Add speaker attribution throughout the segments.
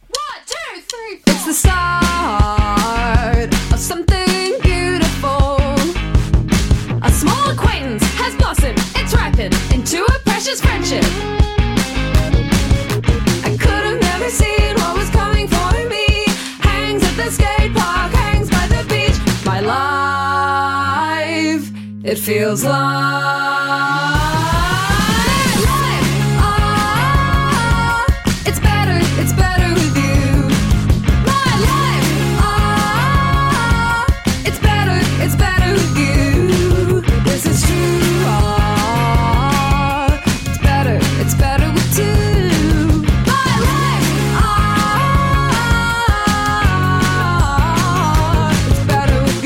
Speaker 1: One, two, three, four.
Speaker 2: It's the start of something beautiful. A small acquaintance has blossomed, it's ripened into a precious friendship. I could have never seen what was coming for me. Hangs at the skate park, hangs by the beach. My life, it feels like. life. Ah, It's better, it's better with you. My life, ah, it's better, it's better with you. This is true, ah, it's better, it's better with two. My life, ah, it's better with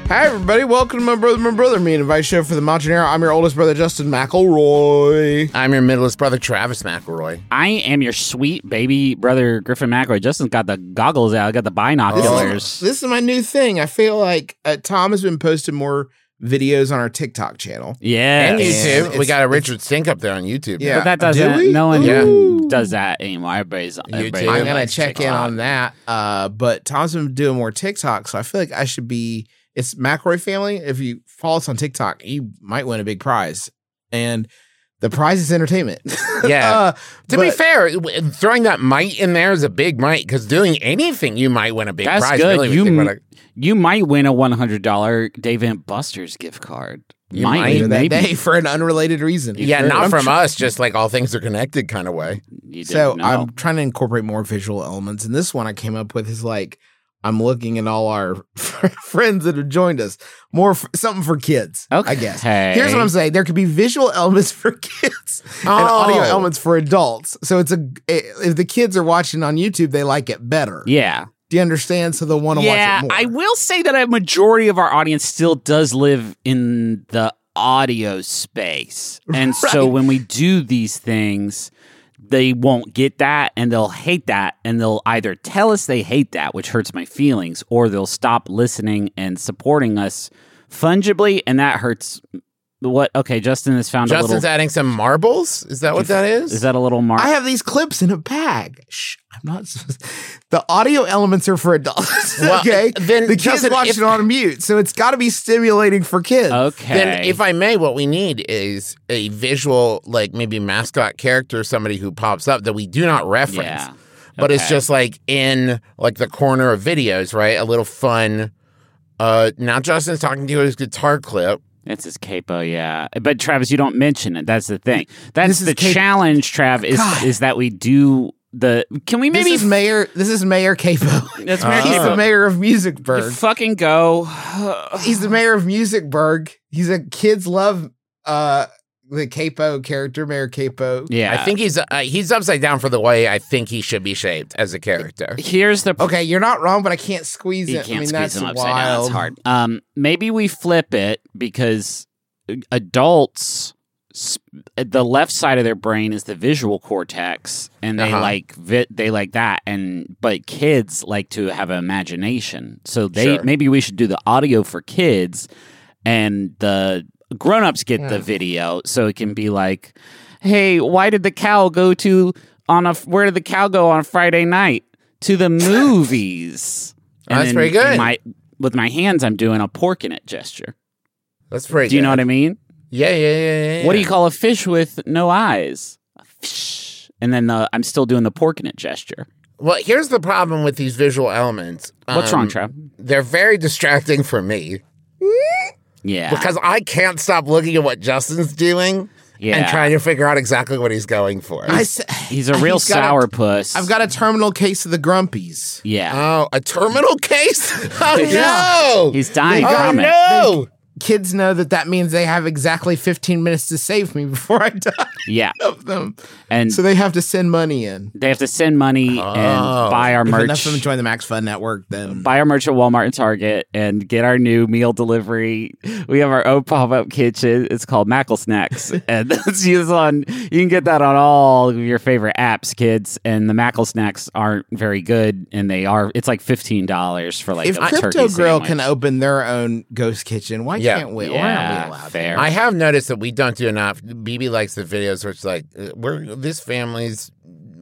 Speaker 2: you.
Speaker 3: Hi, everybody. Welcome to My Brother, My Brother, Me, an advice show for the Machinero. I'm your oldest brother, Justin McElroy.
Speaker 4: I'm your middlest brother, Travis McElroy.
Speaker 5: I am your sweet baby brother, Griffin McElroy. Justin's got the goggles out. I got the binoculars.
Speaker 3: This is my new thing. I feel like uh, Tom has been posting more videos on our TikTok channel.
Speaker 5: yeah.
Speaker 4: And
Speaker 3: And
Speaker 4: YouTube.
Speaker 3: it's-
Speaker 4: We got a Richard Sink up there on YouTube.
Speaker 3: Yeah.
Speaker 5: But
Speaker 4: now.
Speaker 5: that
Speaker 3: Do
Speaker 5: doesn't.
Speaker 3: we?
Speaker 5: no one
Speaker 3: Ooh.
Speaker 5: does that anymore. Everybody's. everybody
Speaker 4: too.
Speaker 3: I'm going to
Speaker 5: likes
Speaker 3: check in
Speaker 5: TikTok.
Speaker 3: on that. Uh, but Tom's been doing more TikTok, so I feel like I should be. It's McElroy family. If you follow us on TikTok, you might win a big prize. And the prize is entertainment.
Speaker 4: Yeah.
Speaker 3: Uh,
Speaker 4: To be
Speaker 3: but-
Speaker 4: fair, w- throwing that might in there is a big might because doing anything, you might win a big
Speaker 5: That's
Speaker 4: prize.
Speaker 5: good.
Speaker 4: Really, if
Speaker 5: you
Speaker 4: think about
Speaker 5: m-
Speaker 4: it.
Speaker 5: you might win a one hundred dollar Dave and Buster's gift card.
Speaker 4: You might
Speaker 3: Even that
Speaker 5: maybe
Speaker 3: day for an unrelated reason.
Speaker 4: yeah,
Speaker 3: Sure.
Speaker 4: not
Speaker 3: I'm
Speaker 4: from
Speaker 3: tr-
Speaker 4: us, just like all things are connected kind of way.
Speaker 5: You
Speaker 3: So
Speaker 5: didn't know.
Speaker 3: I'm trying to incorporate more visual elements, and this one I came up with is like I'm looking at all our friends that have joined us. More f- something for kids, I guess. Here's what I'm saying: there could be visual elements for kids and audio
Speaker 4: Oh.
Speaker 3: elements for adults. So it's a if the kids are watching on YouTube, they like it better.
Speaker 5: Yeah.
Speaker 3: Do you understand? So they'll want to
Speaker 5: yeah,
Speaker 3: watch
Speaker 5: I
Speaker 3: it more.
Speaker 5: will say that a majority of our audience still does live in the audio space. And so when we do these things, they won't get that and they'll hate that. And they'll either tell us they hate that, which hurts my feelings, or they'll stop listening and supporting us fungibly. And that hurts. What? Okay, Justin has found
Speaker 4: Justin's
Speaker 5: a little.
Speaker 4: adding some marbles. Is that what that is?
Speaker 5: Is that a little mark?
Speaker 3: I have these clips in a bag. Shh, I'm not. supposed- The audio elements are for adults.
Speaker 4: Well,
Speaker 3: okay,
Speaker 4: then,
Speaker 3: the kids
Speaker 4: Justin,
Speaker 3: watch
Speaker 4: if-
Speaker 3: it on mute, so it's got to be stimulating for kids.
Speaker 5: okay.
Speaker 4: Then, if I may, what we need is a visual, like maybe mascot character, somebody who pops up that we do not reference,
Speaker 5: Yeah.
Speaker 4: but it's
Speaker 5: Okay.
Speaker 4: just like in like the corner of videos, right? A little fun. Uh, now Justin's talking to his guitar clip.
Speaker 5: That's his capo, yeah. But Travis, you don't mention it. That's the thing. That's
Speaker 3: This is
Speaker 5: the
Speaker 3: capo-
Speaker 5: challenge, Trav, is
Speaker 3: God.
Speaker 5: is that we do the can we
Speaker 3: This
Speaker 5: maybe
Speaker 3: is Mayor. This is Mayor Capo.
Speaker 5: That's Mayor
Speaker 3: He's
Speaker 5: Capo.
Speaker 3: the mayor of
Speaker 5: f-
Speaker 3: Musicburg.
Speaker 5: fucking go?
Speaker 3: He's the mayor of Musicburg. He's a kids love uh the Capo character, Mayor Capo.
Speaker 5: yeah.
Speaker 4: I think he's uh, he's upside down for the way I think he should be shaped as a character.
Speaker 5: here's the
Speaker 3: Okay, you're not wrong, but I can't squeeze
Speaker 5: you
Speaker 3: it.
Speaker 5: can't
Speaker 3: I mean,
Speaker 5: squeeze
Speaker 3: that's
Speaker 5: them upside down.
Speaker 3: wild.
Speaker 5: It's hard. Um, maybe we flip it because adults, sp- the left side of their brain is the visual cortex, and they
Speaker 4: Uh-huh.
Speaker 5: like vi- they like that. And but kids like to have an imagination, so they
Speaker 4: Sure.
Speaker 5: maybe we should do the audio for kids, and the grown-ups get the video, so it can be like, hey, why did the cow go to on a where did the cow go on Friday night to the movies?
Speaker 4: Oh, that's
Speaker 5: then
Speaker 4: pretty good.
Speaker 5: in My, with my hands, I'm doing a pork in it gesture.
Speaker 4: That's pretty.
Speaker 5: Do you know
Speaker 4: good.
Speaker 5: what I mean?
Speaker 4: Yeah, yeah, yeah, yeah.
Speaker 5: What do you
Speaker 4: yeah.
Speaker 5: call a fish with no eyes? A fish. And then the, I'm still doing the pork in it gesture.
Speaker 4: Well, here's the problem with these visual elements.
Speaker 5: What's
Speaker 4: Um,
Speaker 5: wrong, Trav?
Speaker 4: They're very distracting for me
Speaker 5: Yeah.
Speaker 4: because I can't stop looking at what Justin's doing.
Speaker 5: yeah.
Speaker 4: and trying to figure out exactly what he's going for.
Speaker 3: I s-
Speaker 5: He's a real
Speaker 3: He's got a-
Speaker 5: sourpuss.
Speaker 3: I've got a terminal case of the grumpies.
Speaker 4: Uh,
Speaker 5: Yeah.
Speaker 4: oh, a terminal case? Oh
Speaker 5: Yeah.
Speaker 4: no!
Speaker 5: He's dying
Speaker 4: oh
Speaker 5: from it.
Speaker 4: no!
Speaker 3: kids know that that means they have exactly 15 minutes to save me before I die
Speaker 5: Yeah.
Speaker 3: of them.
Speaker 5: And
Speaker 3: So they have to send money in.
Speaker 5: they have to send money
Speaker 4: Oh.
Speaker 5: and buy our
Speaker 3: If enough
Speaker 5: merch.
Speaker 3: of them join the Max Fun Network, then
Speaker 5: buy our merch at Walmart and Target and get our new meal delivery. We have our own pop up kitchen. It's called Mackle Snacks, and that's used on. You can get that on all of your favorite apps, kids. And the Mackle Snacks aren't very good, and they are. It's like fifteen dollars for like
Speaker 3: if
Speaker 5: a
Speaker 3: Crypto
Speaker 5: turkey
Speaker 3: Grill
Speaker 5: sandwich.
Speaker 3: can open their own ghost kitchen, why
Speaker 4: Yeah.
Speaker 3: can't we? Why aren't we
Speaker 5: yeah,
Speaker 3: allowed?
Speaker 5: fair.
Speaker 4: I have noticed that we don't do enough. BB likes the videos where it's like uh, we're this family's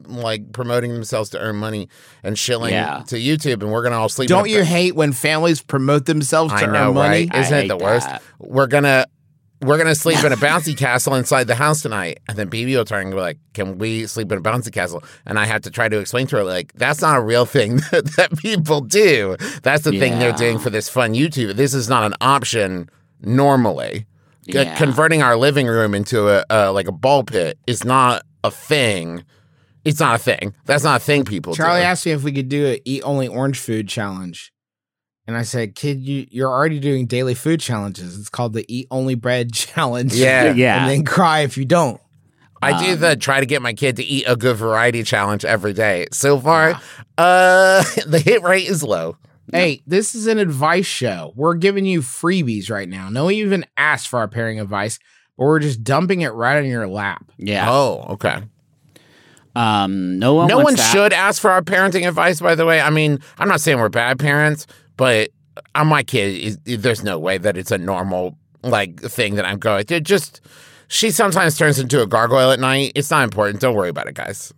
Speaker 4: like promoting themselves to earn money and shilling
Speaker 5: Yeah.
Speaker 4: to YouTube, and we're gonna all sleep. in
Speaker 3: Don't
Speaker 4: a
Speaker 3: you
Speaker 4: bed.
Speaker 3: hate when families promote themselves to
Speaker 4: I know,
Speaker 3: earn money?
Speaker 4: right? Isn't
Speaker 5: I
Speaker 4: it the
Speaker 5: hate
Speaker 4: worst?
Speaker 5: that.
Speaker 4: We're gonna we're gonna sleep in a bouncy castle inside the house tonight, and then BB will turn and be like, "Can we sleep in a bouncy castle?" And I have to try to explain to her like that's not a real thing that, that people do. That's the thing they're
Speaker 5: Yeah.
Speaker 4: doing for this fun YouTube. This is not an option normally. C-
Speaker 5: Yeah.
Speaker 4: Converting our living room into a uh, like a ball pit is not a thing. It's not a thing. That's not a thing people
Speaker 3: Charlie
Speaker 4: do.
Speaker 3: asked me if we could do a eat only orange food challenge. And I said, kid, you, you're already doing daily food challenges. It's called the eat only bread challenge.
Speaker 4: Yeah.
Speaker 5: Yeah.
Speaker 3: And then cry if you don't.
Speaker 4: I do
Speaker 5: Um,
Speaker 4: the try to get my kid to eat a good variety challenge every day. So far, uh, the hit rate is low.
Speaker 3: Hey, this is an advice show. We're giving you freebies right now. No one even asked for our pairing advice, but we're just dumping it right on your lap.
Speaker 5: yeah.
Speaker 4: Oh, okay.
Speaker 5: Um, no one.
Speaker 4: Oh. No
Speaker 5: wants
Speaker 4: one
Speaker 5: that.
Speaker 4: should ask for our parenting advice, by the way. I mean, I'm not saying we're bad parents, but uh, on my kid, is- there's no way that it's a normal like thing that I'm going through. Just she sometimes turns into a gargoyle at night. It's not important. Don't worry about it, guys.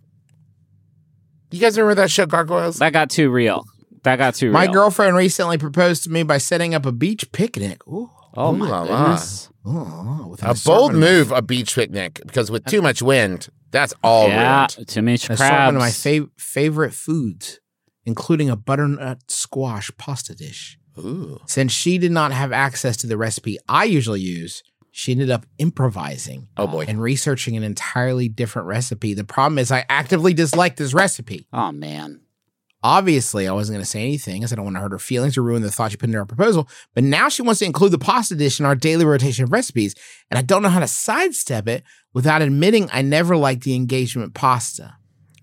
Speaker 4: You guys remember that show, Gargoyles?
Speaker 5: That got too real. That got too real.
Speaker 3: My girlfriend recently proposed to me by setting up a beach picnic. Ooh.
Speaker 5: Oh
Speaker 4: Ooh
Speaker 5: my
Speaker 4: la la.
Speaker 5: goodness.
Speaker 3: Oh, with an
Speaker 4: A bold
Speaker 3: assortment of-
Speaker 4: move, a beach picnic, because with too much wind, that's all
Speaker 5: Yeah,
Speaker 4: ruined.
Speaker 5: too much
Speaker 3: That's one
Speaker 5: crabs.
Speaker 3: of my fav- favorite foods, including a butternut squash pasta dish.
Speaker 4: Ooh.
Speaker 3: Since she did not have access to the recipe I usually use, she ended up improvising
Speaker 4: Oh boy.
Speaker 3: and researching an entirely different recipe. The problem is, I actively dislike this recipe.
Speaker 5: oh man.
Speaker 3: Obviously, I wasn't going to say anything because I don't want to hurt her feelings or ruin the thought she put into our proposal. But now she wants to include the pasta dish in our daily rotation of recipes, and I don't know how to sidestep it without admitting I never liked the engagement pasta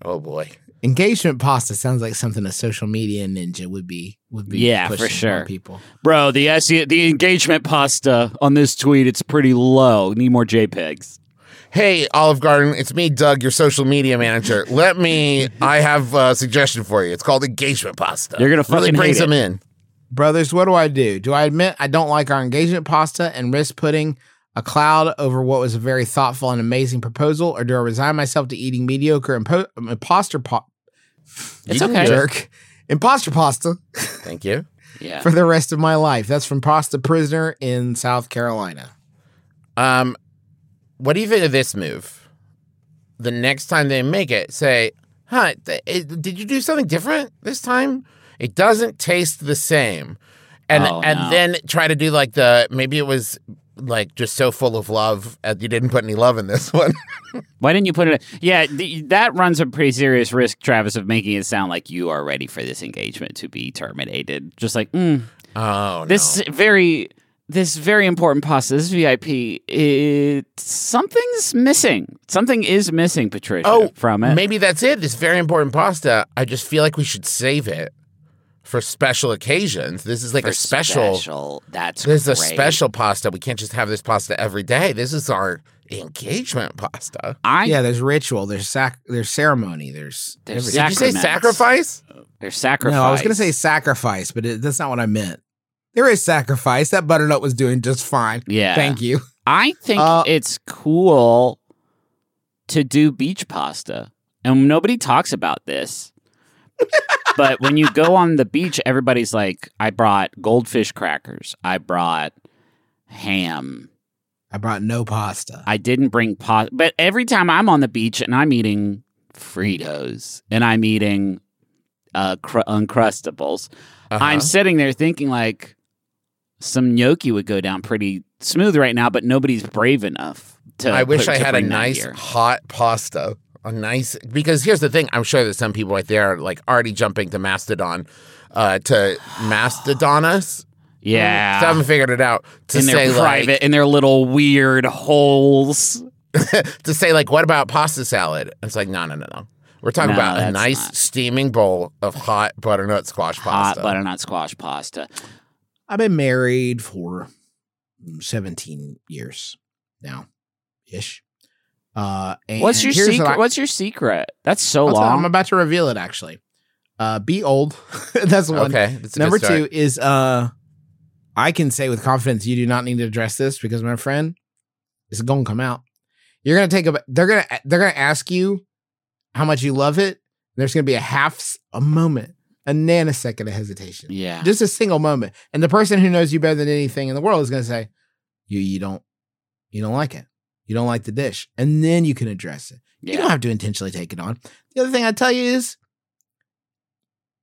Speaker 4: Oh boy.
Speaker 3: engagement pasta sounds like something a social media ninja would be would be
Speaker 5: Yeah, for
Speaker 3: pushing on
Speaker 5: sure.
Speaker 3: people
Speaker 5: Bro, the SE the engagement pasta on this tweet, it's pretty low. Need more JPEGs.
Speaker 4: Hey, Olive Garden, it's me, Doug, your social media manager. Let me. I have a suggestion for you. It's called engagement pasta.
Speaker 5: You're gonna
Speaker 4: really
Speaker 5: fucking
Speaker 4: brings
Speaker 5: hate
Speaker 4: them in.
Speaker 3: brothers what do i do do i admit i don't like our engagement pasta and risk putting a cloud over what was a very thoughtful and amazing proposal or do i resign myself to eating mediocre impo- imposter po-
Speaker 5: It's okay.
Speaker 3: jerk imposter pasta
Speaker 4: Thank you.
Speaker 5: Yeah.
Speaker 3: for the rest of my life that's from pasta prisoner in south carolina
Speaker 4: Um, what do you think of this move? The next time they make it, say, "Huh? Th- it- did you do something different this time? It doesn't taste the same." And
Speaker 5: Oh,
Speaker 4: and
Speaker 5: no.
Speaker 4: then try to do like the maybe it was like just so full of love uh, you didn't put any love in this one.
Speaker 5: Why didn't you put it? Yeah, th- that runs a pretty serious risk, Travis, of making it sound like you are ready for this engagement to be terminated. Just like mm,
Speaker 4: oh no.
Speaker 5: this very this very important pasta, this VIP, it something's missing. Something is missing, Patricia, from it.
Speaker 4: Oh, Maybe that's it. This very important pasta. I just feel like we should save it for special occasions. This is like
Speaker 5: For
Speaker 4: a special.
Speaker 5: That's
Speaker 4: This is a
Speaker 5: great.
Speaker 4: special pasta. We can't just have this pasta every day. This is our engagement pasta.
Speaker 5: I
Speaker 3: yeah there's ritual there's sac there's ceremony there's
Speaker 5: There's
Speaker 3: everything.
Speaker 4: Did you say
Speaker 5: Sacraments.
Speaker 4: sacrifice?
Speaker 5: there's sacrifice.
Speaker 3: No, I was going to say sacrifice, but it, that's not what I meant. There is sacrifice. That butternut was doing just fine.
Speaker 5: Yeah.
Speaker 3: Thank you.
Speaker 5: I think
Speaker 3: Uh,
Speaker 5: it's cool to do beach pasta. And nobody talks about this. but when you go on the beach, everybody's like, I brought goldfish crackers. I brought ham.
Speaker 3: I brought no pasta.
Speaker 5: I didn't bring pasta. But every time I'm on the beach and I'm eating Fritos and I'm eating uh, cr- Uncrustables,
Speaker 3: Uh-huh.
Speaker 4: Uh-huh.
Speaker 5: I'm sitting there thinking like some gnocchi would go down pretty smooth right now, but nobody's brave enough to.
Speaker 4: I wish
Speaker 5: put-
Speaker 4: I
Speaker 5: to
Speaker 4: had a
Speaker 5: bring that
Speaker 4: nice
Speaker 5: here.
Speaker 4: hot pasta. A nice because here's the thing. I'm sure that some people right there are like already jumping to Mastodon, uh, to Mastodon us
Speaker 5: Yeah.
Speaker 4: Still haven't figured it out to
Speaker 5: in
Speaker 4: say
Speaker 5: their private,
Speaker 4: like
Speaker 5: in their little weird holes.
Speaker 4: to say like what about pasta salad? And it's like no no no no. We're talking
Speaker 5: No,
Speaker 4: about a
Speaker 5: that's
Speaker 4: nice
Speaker 5: not.
Speaker 4: steaming bowl of hot butternut squash
Speaker 5: Hot
Speaker 4: pasta.
Speaker 5: butternut squash pasta.
Speaker 3: I've been married for mm, 17 years now, ish. Uh, and
Speaker 5: What's your
Speaker 3: here's
Speaker 5: secret?
Speaker 3: what I-
Speaker 5: What's your secret? That's so
Speaker 3: what's that? I'm
Speaker 5: long.
Speaker 3: about to reveal it actually. Uh, be old. That's one.
Speaker 4: Okay, that's a good
Speaker 3: Number
Speaker 4: start.
Speaker 3: two is uh, I can say with confidence you do not need to address this because my friend, it's gonna come out. You're gonna take a. They're gonna they're gonna ask you how much you love it. There's gonna be a half s- a moment, a nanosecond of hesitation,
Speaker 5: yeah.
Speaker 3: just a single moment, and the person who knows you better than anything in the world is gonna say, "You you don't you don't like it. You don't like the dish," and then you can address it. You don't
Speaker 5: yeah.
Speaker 3: have to intentionally take it on. The other thing I tell you is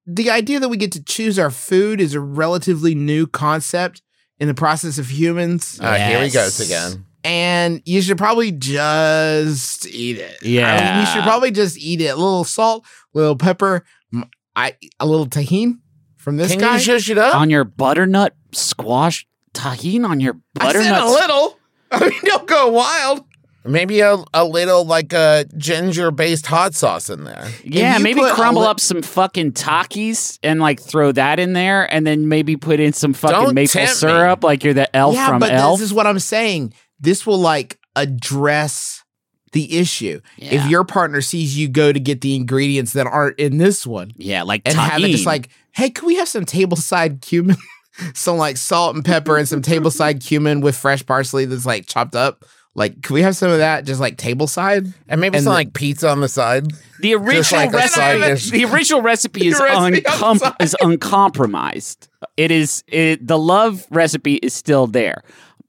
Speaker 3: the idea that we get to choose our food is a relatively new concept in the process of humans.
Speaker 4: Uh, Here he goes
Speaker 5: Yes.
Speaker 4: again.
Speaker 3: and you should probably just eat it. I mean, you should
Speaker 5: Yeah.
Speaker 3: probably just eat it. A little salt, a little pepper, m- I a little tahini from this
Speaker 4: Can
Speaker 3: guy.
Speaker 4: you shush it up?
Speaker 5: on your butternut squash tahine on your
Speaker 3: I
Speaker 5: butternut.
Speaker 3: said a little. I mean, don't go wild.
Speaker 4: Maybe a, a little like a ginger based hot sauce in there.
Speaker 5: Yeah,
Speaker 3: you
Speaker 5: maybe
Speaker 3: put a
Speaker 5: crumble
Speaker 3: li-
Speaker 5: up some fucking Takis and like throw that in there, and then maybe put in some fucking
Speaker 4: Don't
Speaker 5: maple
Speaker 4: tempt me.
Speaker 5: syrup, like you're the elf
Speaker 3: yeah,
Speaker 5: from
Speaker 3: but
Speaker 5: Elf.
Speaker 3: this is what I'm saying. This will like address the issue.
Speaker 5: Yeah.
Speaker 3: If your partner sees you go to get the ingredients that aren't in this one
Speaker 5: yeah, like
Speaker 3: and have it
Speaker 5: tahine.
Speaker 3: just like, hey, can we have some tableside cumin? some like salt and pepper and some tableside cumin with fresh parsley that's like chopped up. Like, can we have some of that just like tableside?
Speaker 4: And maybe
Speaker 3: And
Speaker 4: some
Speaker 3: the-
Speaker 4: like pizza on the side.
Speaker 5: the original
Speaker 4: like a side dish.
Speaker 5: recipe. The original recipe is
Speaker 3: recipe on the
Speaker 5: uncom- is uncompromised. It is it, the love recipe is still there,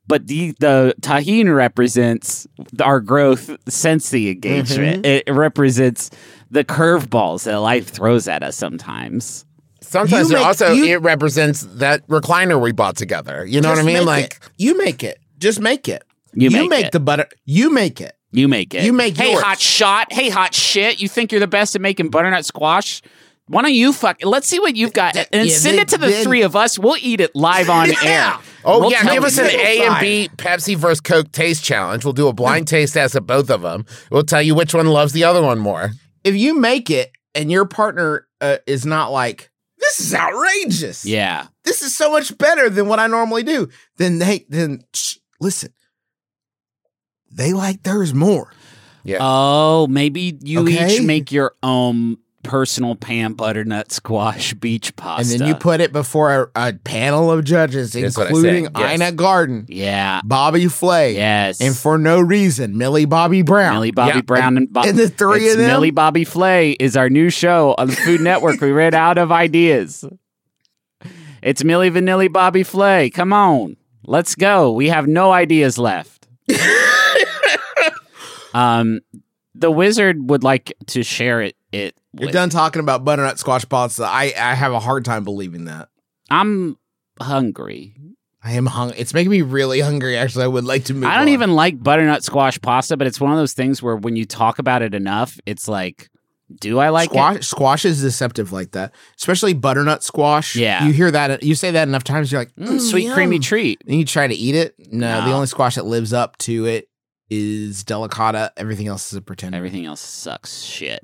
Speaker 5: but the the tahine represents our growth since the engagement.
Speaker 3: Mm-hmm.
Speaker 5: It represents the curveballs that life throws at us sometimes.
Speaker 4: Sometimes
Speaker 3: You
Speaker 4: it
Speaker 3: make-
Speaker 4: also
Speaker 3: you-
Speaker 4: it represents that recliner we bought together. You know
Speaker 3: Just
Speaker 4: what I
Speaker 3: make
Speaker 4: mean? Like
Speaker 3: it. you make it. Just make it.
Speaker 5: You make it.
Speaker 3: the butter. You make it.
Speaker 5: You make it.
Speaker 3: You make
Speaker 5: Hey,
Speaker 3: yours.
Speaker 5: hot shot. Hey, hot shit. You think you're the best at making butternut squash? Why don't you fuck? Let's see what you've got, and
Speaker 3: yeah,
Speaker 5: send
Speaker 3: then-
Speaker 5: it to the
Speaker 3: then-
Speaker 5: three of us. We'll eat it live on air.
Speaker 4: Oh
Speaker 5: We'll
Speaker 4: yeah,
Speaker 5: tell
Speaker 4: give us an
Speaker 5: you.
Speaker 4: A and B Pepsi versus Coke taste challenge. We'll do a blind taste test of both of them. We'll tell you which one loves the other one more.
Speaker 3: if you make it and your partner uh, is not like this is outrageous
Speaker 5: Yeah,
Speaker 3: this is so much better than what i normally do then they then shh, listen they like theirs more
Speaker 4: Yeah.
Speaker 5: Oh, maybe you
Speaker 3: Okay.
Speaker 5: each make your own personal pan butternut squash beach
Speaker 3: and
Speaker 5: pasta.
Speaker 3: then you put it before a, a panel of judges
Speaker 4: That's what I said,
Speaker 3: including
Speaker 4: yes.
Speaker 3: ina garden
Speaker 5: yeah,
Speaker 3: bobby flay
Speaker 5: yes,
Speaker 3: and for no reason millie bobby brown
Speaker 5: Millie Bobby
Speaker 4: Yeah,
Speaker 5: Brown and, Bo-
Speaker 3: and the three
Speaker 5: It's
Speaker 3: of them?
Speaker 5: Millie Bobby Flay is our new show on the Food Network. We ran out of ideas. It's Millie Vanilli Bobby Flay. Come on, let's go. We have no ideas left. um, the wizard would like to share it. It
Speaker 3: you're
Speaker 5: with-
Speaker 3: done talking about butternut squash pasta i i have a hard time believing that
Speaker 5: I'm hungry.
Speaker 3: i am hung it's making me really hungry actually i would like to move
Speaker 5: I don't
Speaker 3: on.
Speaker 5: even like butternut squash pasta, but it's one of those things where when you talk about it enough, it's like, do I like
Speaker 3: squash, squash is deceptive like that, especially butternut squash.
Speaker 5: Yeah.
Speaker 3: you hear that, you say that enough times, you're like,
Speaker 5: it?
Speaker 3: "Mm,
Speaker 5: Mm, sweet
Speaker 3: yum."
Speaker 5: creamy treat.
Speaker 3: Then you try to eat it. No, the
Speaker 5: No.
Speaker 3: only squash that lives up to it is delicata. Everything else is a pretender,
Speaker 5: Everything else sucks shit.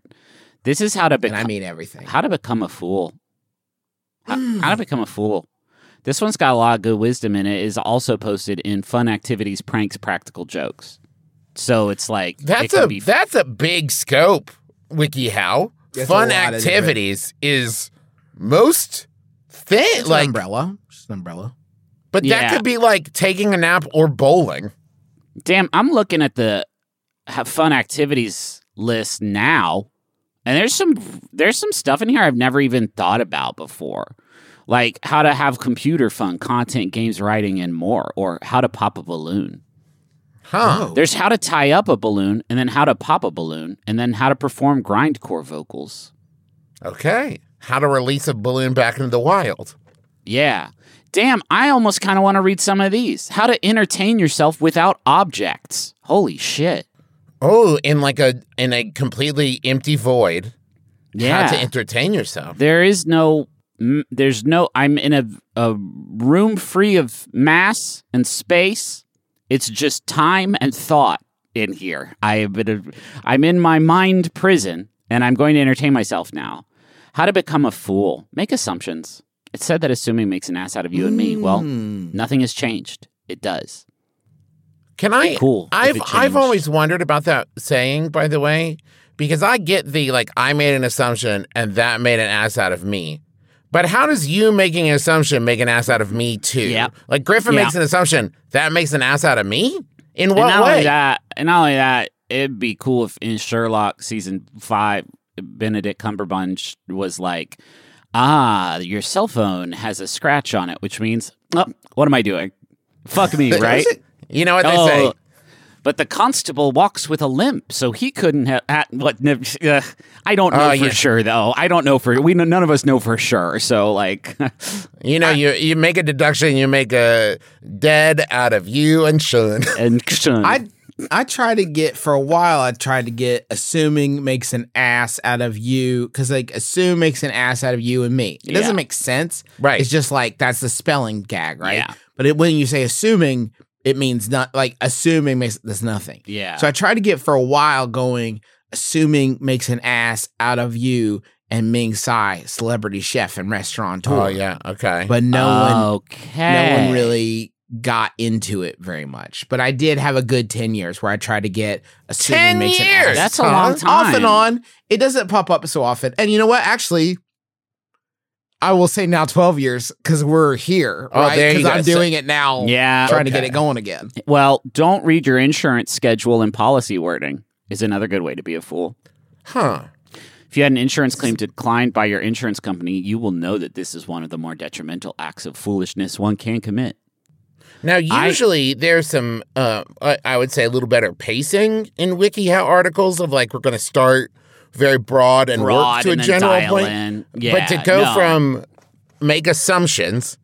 Speaker 5: This is how to
Speaker 3: Mm-hmm. and I
Speaker 5: become
Speaker 3: mean mm. everything.
Speaker 5: how to become a fool. How, how to become a fool. This one's got a lot of good wisdom in it. it. Is also posted in fun activities, pranks, practical jokes. So it's like it
Speaker 4: That's
Speaker 5: can
Speaker 4: a
Speaker 5: be-
Speaker 4: that's a big scope, WikiHow.
Speaker 3: That's a
Speaker 4: Fun
Speaker 3: lot of different-
Speaker 4: activities is most thin
Speaker 3: It's like
Speaker 4: like
Speaker 3: an umbrella, just an umbrella.
Speaker 4: but that
Speaker 5: Yeah.
Speaker 4: could be like taking a nap or bowling.
Speaker 5: Damn, I'm looking at the ha- fun activities list now, and there's some there's some stuff in here I've never even thought about before, like how to have computer fun, content, games, writing, and more, or how to pop a balloon.
Speaker 3: Oh.
Speaker 4: Huh.
Speaker 5: There's how to tie up a balloon, and then how to pop a balloon, and then how to perform grindcore vocals.
Speaker 4: Okay. How to release a balloon back into the wild.
Speaker 5: Yeah. Damn, I almost kind of want to read some of these. How to entertain yourself without objects. Holy shit.
Speaker 4: Oh, in like a in a completely empty void.
Speaker 5: Yeah.
Speaker 4: How to entertain yourself.
Speaker 5: There is no m- there's no i'm in a, a room free of mass and space it's just time and thought in here i have been a, i'm in my mind prison and i'm going to entertain myself now how to become a fool make assumptions it's said that assuming makes an ass out of you and me well nothing has changed it does
Speaker 4: Can I?
Speaker 5: Cool, if
Speaker 4: I've
Speaker 5: it
Speaker 4: I've
Speaker 5: changed.
Speaker 4: always wondered about that saying, by the way, because I get the like I made an assumption and that made an ass out of me. But how does you making an assumption make an ass out of me too?
Speaker 5: Yep.
Speaker 4: Like Griffin
Speaker 5: Yeah.
Speaker 4: makes an assumption that makes an ass out of me. In what
Speaker 5: and not
Speaker 4: way?
Speaker 5: only that, and not only that, it'd be cool if in Sherlock season five, Benedict Cumberbatch was like, "Ah, your cell phone has a scratch on it, which means, oh, what am I doing? Fuck me, right?"
Speaker 4: You know what they
Speaker 5: Oh,
Speaker 4: say.
Speaker 5: But the constable walks with a limp, so he couldn't have. At, what? nev- Uh, I don't know
Speaker 4: Oh,
Speaker 5: for
Speaker 4: yeah.
Speaker 5: sure, though. I don't know for we. None of us know for sure. So, like,
Speaker 4: You know, you you make a deduction, you make a dead out of you and Sean.
Speaker 5: and
Speaker 3: I I tried to get for a while. I tried to get assuming makes an ass out of you because like assume makes an ass out of you and me. It
Speaker 5: Yeah.
Speaker 3: doesn't make sense,
Speaker 4: Right.
Speaker 3: It's just like that's the spelling gag, right?
Speaker 5: Yeah.
Speaker 3: But it, when you say assuming, it means not like assuming makes there's nothing.
Speaker 5: yeah.
Speaker 3: So I tried to get for a while going assuming makes an ass out of you and Ming Tsai, celebrity chef and restaurateur.
Speaker 4: Oh yeah, okay.
Speaker 3: But no one
Speaker 5: okay.
Speaker 3: no one really got into it very much. But I did have a good 10 years where I tried to get a
Speaker 4: 10
Speaker 3: 10 makes an
Speaker 4: years?
Speaker 3: ass.
Speaker 5: That's a long
Speaker 3: Off and
Speaker 5: time.
Speaker 3: on. It doesn't pop up so often. And you know what? Actually, I will say now 12 years because we're here,
Speaker 4: Oh,
Speaker 3: right?
Speaker 4: there you
Speaker 3: Because
Speaker 4: go.
Speaker 3: I'm
Speaker 4: So-
Speaker 3: doing it now.
Speaker 5: Yeah.
Speaker 3: Trying to
Speaker 4: okay.
Speaker 3: get it going again.
Speaker 5: Well, don't read your insurance schedule and policy wording is another good way to be a fool.
Speaker 4: huh.
Speaker 5: If you had an insurance claim declined by your insurance company, you will know that this is one of the more detrimental acts of foolishness one can commit.
Speaker 4: Now,
Speaker 5: I-
Speaker 4: usually there's some, uh, I, I would say, a little better pacing in WikiHow articles of like we're going to start very broad and work
Speaker 5: Broad
Speaker 4: to
Speaker 5: and
Speaker 4: a
Speaker 5: then
Speaker 4: general
Speaker 5: dial
Speaker 4: point.
Speaker 5: in. Yeah,
Speaker 4: but to go
Speaker 5: no.
Speaker 4: from make assumptions,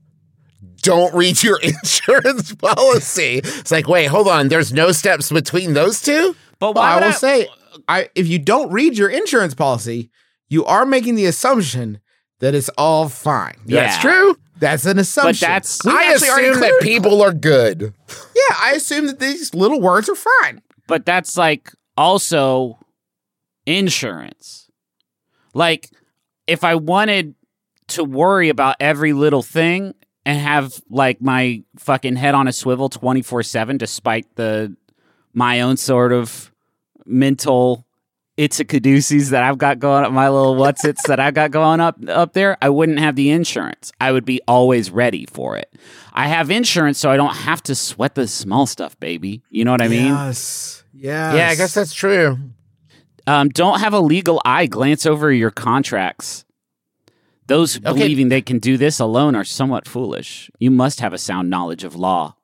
Speaker 4: don't read your insurance policy. It's like, wait, hold on. There's no steps between those two.
Speaker 5: But
Speaker 3: Well,
Speaker 5: why
Speaker 3: I
Speaker 5: would
Speaker 3: will say, I if you don't read your insurance policy, you are making the assumption that it's all fine.
Speaker 4: That's true.
Speaker 3: That's an assumption.
Speaker 5: But that's
Speaker 3: We
Speaker 4: I
Speaker 3: actually already
Speaker 4: assume that
Speaker 3: cleared-
Speaker 4: people are good.
Speaker 3: Yeah, I assume that these little words are fine.
Speaker 5: but that's like also insurance. Like if I wanted to worry about every little thing and have like my fucking head on a swivel 24/7 despite the my own sort of mental it's a caduceus that I've got going up my little what's it's that I've got going up up there I wouldn't have the insurance I would be always ready for it I have insurance so I don't have to sweat the small stuff baby you know what I mean
Speaker 3: yes, yes.
Speaker 4: Yeah, I guess that's true.
Speaker 5: um, don't have a legal eye glance over your contracts. Those
Speaker 4: Okay.
Speaker 5: believing they can do this alone are somewhat foolish. You must have a sound knowledge of law.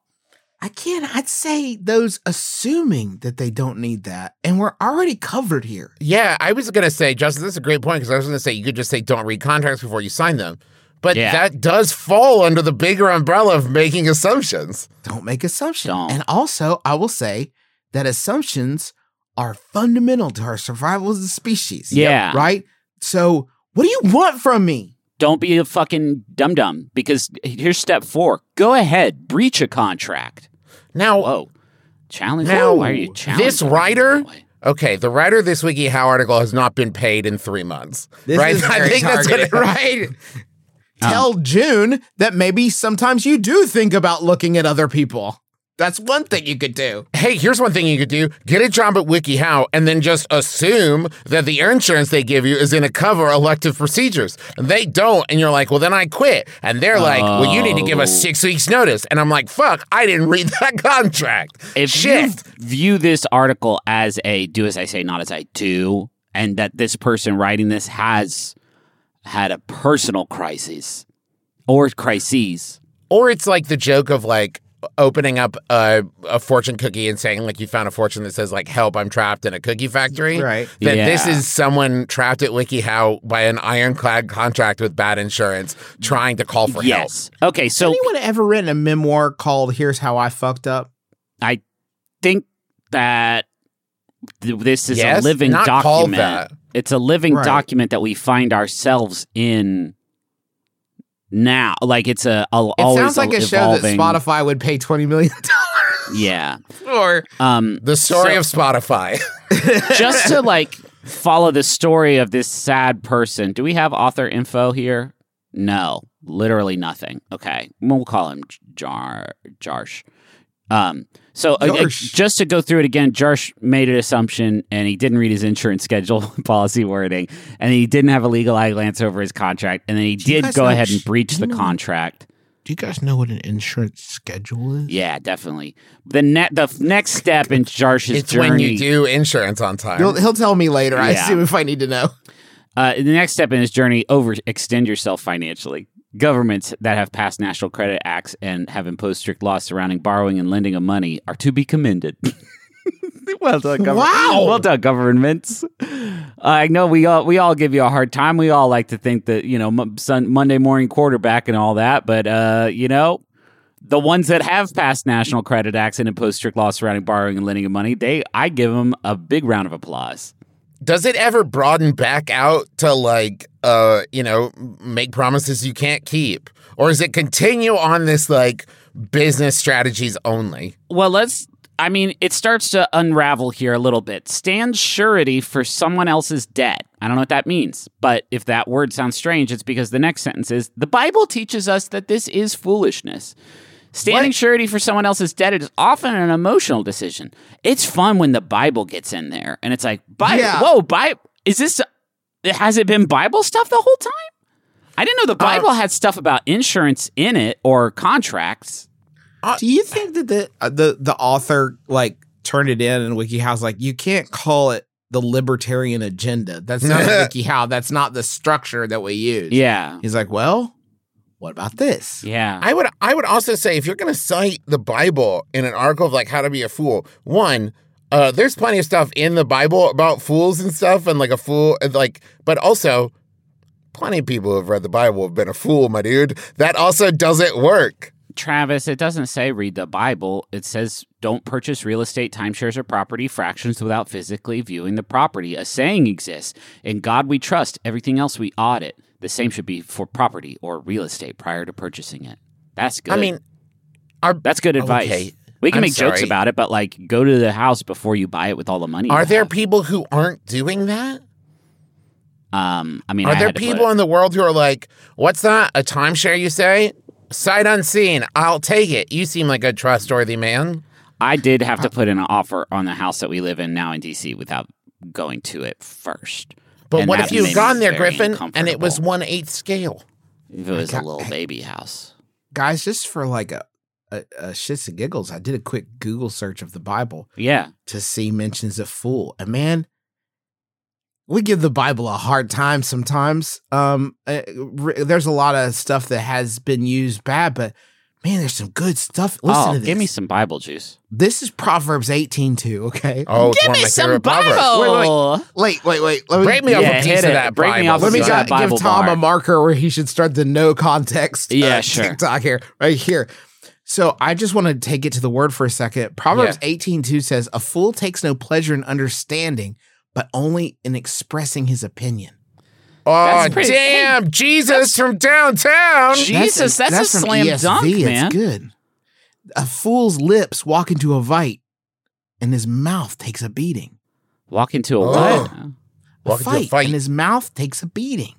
Speaker 3: I can't. I'd say those assuming that they don't need that, and we're already covered here.
Speaker 4: Yeah, I was gonna say, Justin, this is a great point because I was gonna say you could just say don't read contracts before you sign them, but
Speaker 5: Yeah.
Speaker 4: that does fall under the bigger umbrella of making assumptions.
Speaker 3: Don't make assumptions.
Speaker 5: Don't.
Speaker 3: And also, I will say that assumptions are fundamental to our survival as a species.
Speaker 5: Yeah.
Speaker 3: Right. So, what do you want from me?
Speaker 5: Don't be a fucking dum dum because here's step four. Go ahead, breach a contract.
Speaker 4: Now,
Speaker 5: Whoa. Challenge.
Speaker 4: Now,
Speaker 5: Why are you challenging?
Speaker 4: this
Speaker 5: me
Speaker 4: writer-
Speaker 5: that way?
Speaker 4: okay, the writer of this WikiHow article has not been paid in three months,
Speaker 3: This
Speaker 4: right?
Speaker 3: is
Speaker 4: I
Speaker 3: very
Speaker 4: think that's what it, right.
Speaker 3: Tell June that maybe sometimes you do think about looking at other people. That's one thing you could do.
Speaker 4: Hey, here's one thing you could do: get a job at WikiHow, and then just assume that the insurance they give you is going to cover elective procedures. And they don't, and you're like, "Well, then I quit." And they're like, "Well, you need to give us
Speaker 5: Oh.
Speaker 4: six weeks notice." And I'm like, "Fuck, I didn't read that contract."
Speaker 5: If
Speaker 4: Shit.
Speaker 5: you view this article as a do as I say, not as I do, and that this person writing this has had a personal crisis or crises,
Speaker 4: or it's like the joke of like opening up a, a fortune cookie and saying like you found a fortune that says like help i'm trapped in a cookie factory
Speaker 3: Right.
Speaker 4: that
Speaker 5: Yeah.
Speaker 4: this is someone trapped at wikihow by an ironclad contract with bad insurance trying to call for
Speaker 5: yes. Okay, so
Speaker 3: anyone ever written a memoir called "Here's How I Fucked Up"?
Speaker 5: I think that th- this is
Speaker 4: Yes,
Speaker 5: a living
Speaker 4: not called
Speaker 5: document.
Speaker 4: that.
Speaker 5: It's a living
Speaker 3: Right.
Speaker 5: document that we find ourselves in now. Like it's a, a
Speaker 3: It
Speaker 5: always
Speaker 3: sounds like a
Speaker 5: evolving.
Speaker 3: show that Spotify would pay twenty million dollars
Speaker 5: Yeah.
Speaker 3: for.
Speaker 5: Um,
Speaker 4: The story of Spotify.
Speaker 5: just to like follow the story of this sad person. Do we have author info here? No, literally nothing. Okay, we'll call him J- Jar Jarsh. Um, so uh, uh,
Speaker 3: Jarsh.
Speaker 5: just to go through it again, Jarsh made an assumption and he didn't read his insurance schedule policy wording, and he didn't have a legal eye glance over his contract, and then he
Speaker 6: you
Speaker 5: did
Speaker 6: guys
Speaker 5: go
Speaker 6: know-
Speaker 5: ahead and breach
Speaker 6: do you
Speaker 5: the
Speaker 6: know-
Speaker 5: contract.
Speaker 6: Do you guys know what an insurance schedule is?
Speaker 5: Yeah, definitely. The ne- the f- next step in Jarsh's
Speaker 4: it's
Speaker 5: journey.
Speaker 4: when you do insurance on time.
Speaker 3: He'll, he'll tell me later. I
Speaker 5: Yeah.
Speaker 3: assume if I need to know.
Speaker 5: Uh, the next step in his journey, overextend yourself financially. Governments that have passed national credit acts and have imposed strict laws surrounding borrowing and lending of money are to be commended. well done, government.
Speaker 3: Wow.
Speaker 5: Well done, governments. Uh, I know we all we all give you a hard time. We all like to think that you know m- sun, Monday morning quarterback and all that, but uh, you know the ones that have passed national credit acts and imposed strict laws surrounding borrowing and lending of money, they I give them a big round of applause.
Speaker 4: Does it ever broaden back out to like uh, you know, make promises you can't keep? Or is it continue on this like business strategies only?
Speaker 5: Well, let's. I mean, it starts to unravel here a little bit. Stand surety for someone else's debt. I don't know what that means, but if that word sounds strange, it's because the next sentence is the Bible teaches us that this is foolishness. Standing surety for someone else's debt is often an emotional decision. It's fun when the Bible gets in there and it's like, Bible,
Speaker 3: Yeah.
Speaker 5: whoa, Bible, is this, has it been Bible stuff the whole time? I didn't know the Bible had stuff about insurance in it or contracts.
Speaker 3: Do you think that the uh, the the author like turned it in and WikiHow's like you can't call it the libertarian agenda? That's not WikiHow. That's not the structure that we use.
Speaker 5: Yeah.
Speaker 3: He's like, well, what about this?
Speaker 5: Yeah.
Speaker 4: I would I would also say if you're going to cite the Bible in an article of like how to be a fool, one, uh, there's plenty of stuff in the Bible about fools and stuff, and like a fool, and, like, but also, plenty of people who've read the Bible have been a fool, my dude. That also doesn't work.
Speaker 5: Travis, it doesn't say read the Bible. It says don't purchase real estate, timeshares, or property fractions without physically viewing the property. A saying exists In God we trust, everything else we audit. The same should be for property or real estate prior to purchasing it. That's good.
Speaker 4: I mean, are
Speaker 5: that's good advice.
Speaker 4: okay.
Speaker 5: We can
Speaker 4: I'm
Speaker 5: make jokes
Speaker 4: sorry.
Speaker 5: about it, but like go to the house before you buy it with all the money. you
Speaker 4: are there
Speaker 5: have.
Speaker 4: people who aren't doing that?
Speaker 5: Um, I mean,
Speaker 4: Are
Speaker 5: I
Speaker 4: there
Speaker 5: had to put
Speaker 4: people
Speaker 5: it-
Speaker 4: in the world who are like, what's that? A timeshare, you say? Sight unseen. I'll take it. You seem like a trustworthy man.
Speaker 5: I did have
Speaker 4: Uh,
Speaker 5: to put in an offer on the house that we live in now in DC without going to it first.
Speaker 4: But
Speaker 5: And
Speaker 4: what
Speaker 5: that
Speaker 4: if
Speaker 5: made me
Speaker 4: you've gone there,
Speaker 5: very
Speaker 4: Griffin, and it was
Speaker 5: uncomfortable.
Speaker 4: one eighth scale?
Speaker 5: If it was a
Speaker 3: got-
Speaker 5: little baby house.
Speaker 3: Guys, just for like a, a, a shits and giggles, I did a quick Google search of the Bible
Speaker 5: Yeah.
Speaker 3: to see mentions of fool. And man, we give the Bible a hard time sometimes. Um, uh, r- there's a lot of stuff that has been used bad, but man, there's some good stuff. Listen
Speaker 5: oh,
Speaker 3: to this.
Speaker 5: give me some Bible juice.
Speaker 3: this is Proverbs 18 too. Okay.
Speaker 4: Oh, give me some Bible.
Speaker 3: Wait, wait, wait. Let me,
Speaker 4: Break me off
Speaker 5: Yeah,
Speaker 4: a
Speaker 5: hit
Speaker 4: piece of
Speaker 5: it.
Speaker 4: that
Speaker 5: Break me
Speaker 4: Bible.
Speaker 5: off a
Speaker 3: Let me
Speaker 5: This is
Speaker 3: go-
Speaker 5: a Bible
Speaker 3: give Tom
Speaker 5: bar.
Speaker 3: a marker where he should start the no context. uh,
Speaker 5: Yeah, sure.
Speaker 3: TikTok here, right here. So I just want to take it to the word for a second. Proverbs
Speaker 4: Yeah.
Speaker 3: eighteen two says, "A fool takes no pleasure in understanding, but only in expressing his opinion."
Speaker 4: Oh,
Speaker 5: That's pretty-
Speaker 4: damn. Jesus from downtown.
Speaker 5: Jesus, that's, a
Speaker 3: from
Speaker 5: slam
Speaker 3: ESV.
Speaker 5: dunk, man.
Speaker 3: It's good. A fool's lips walk into a vite, and his mouth takes a beating.
Speaker 5: Walk into a
Speaker 4: Oh.
Speaker 5: what?
Speaker 3: A
Speaker 4: Walk into a
Speaker 3: fight,
Speaker 4: fight.
Speaker 3: and his mouth takes a beating.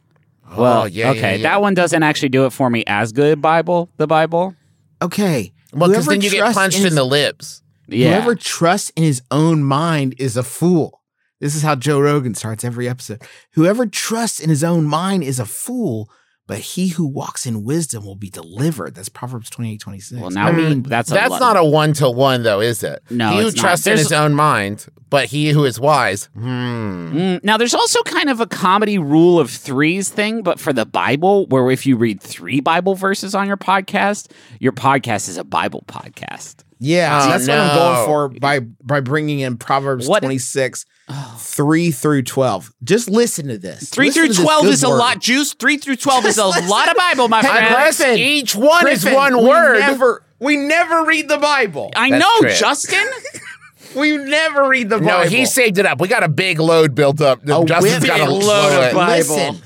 Speaker 5: Well,
Speaker 4: oh, yeah.
Speaker 5: okay,
Speaker 4: yeah, yeah.
Speaker 5: that one doesn't actually do it for me as good. Bible, the Bible.
Speaker 3: Okay,
Speaker 4: Well, because
Speaker 3: whoever
Speaker 4: then you get
Speaker 3: trusts
Speaker 4: punched in,
Speaker 3: his-
Speaker 4: the lips.
Speaker 5: Yeah,
Speaker 3: Whoever trusts in his own mind is a fool. This is how Joe Rogan starts every episode. Whoever trusts in his own mind is a fool, but he who walks in wisdom will be delivered. That's Proverbs 28, 26.
Speaker 5: Well, now we- that's a
Speaker 4: Mm. that's
Speaker 5: lot-
Speaker 4: not a one to one, though, is it?
Speaker 5: No,
Speaker 4: He who
Speaker 5: it's not.
Speaker 4: trusts in
Speaker 5: There's-
Speaker 4: his own mind, but he who is wise. Hmm.
Speaker 5: Mm, now there's also kind of a comedy rule of threes thing, but for the Bible, where if you read three Bible verses on your podcast, your podcast is a Bible podcast.
Speaker 3: yeah,
Speaker 4: Oh,
Speaker 3: that's what I'm going
Speaker 4: no.
Speaker 3: for by by bringing in Proverbs
Speaker 5: What- Oh.
Speaker 3: 26, 3 through 12. Just listen to this.
Speaker 5: Three
Speaker 3: Listen to
Speaker 5: through
Speaker 3: this
Speaker 5: twelve
Speaker 3: good
Speaker 5: is a
Speaker 3: word.
Speaker 5: lot, juice. Three through twelve is a
Speaker 3: Listen.
Speaker 5: lot of Bible, my
Speaker 3: Hey,
Speaker 5: friend.
Speaker 3: Griffin,
Speaker 4: Unless each one is
Speaker 3: Griffin,
Speaker 4: one
Speaker 3: we
Speaker 4: word.
Speaker 3: Never, we never read the Bible.
Speaker 5: I
Speaker 4: That's
Speaker 5: know,
Speaker 4: true.
Speaker 5: Justin.
Speaker 3: We never read the
Speaker 4: No,
Speaker 3: Bible.
Speaker 4: he saved it up. We got a big load built up.
Speaker 3: A
Speaker 4: Justin's
Speaker 3: whip
Speaker 4: got a
Speaker 3: and
Speaker 4: load
Speaker 3: load
Speaker 4: of
Speaker 3: of Bible.
Speaker 4: Bible.
Speaker 3: Listen,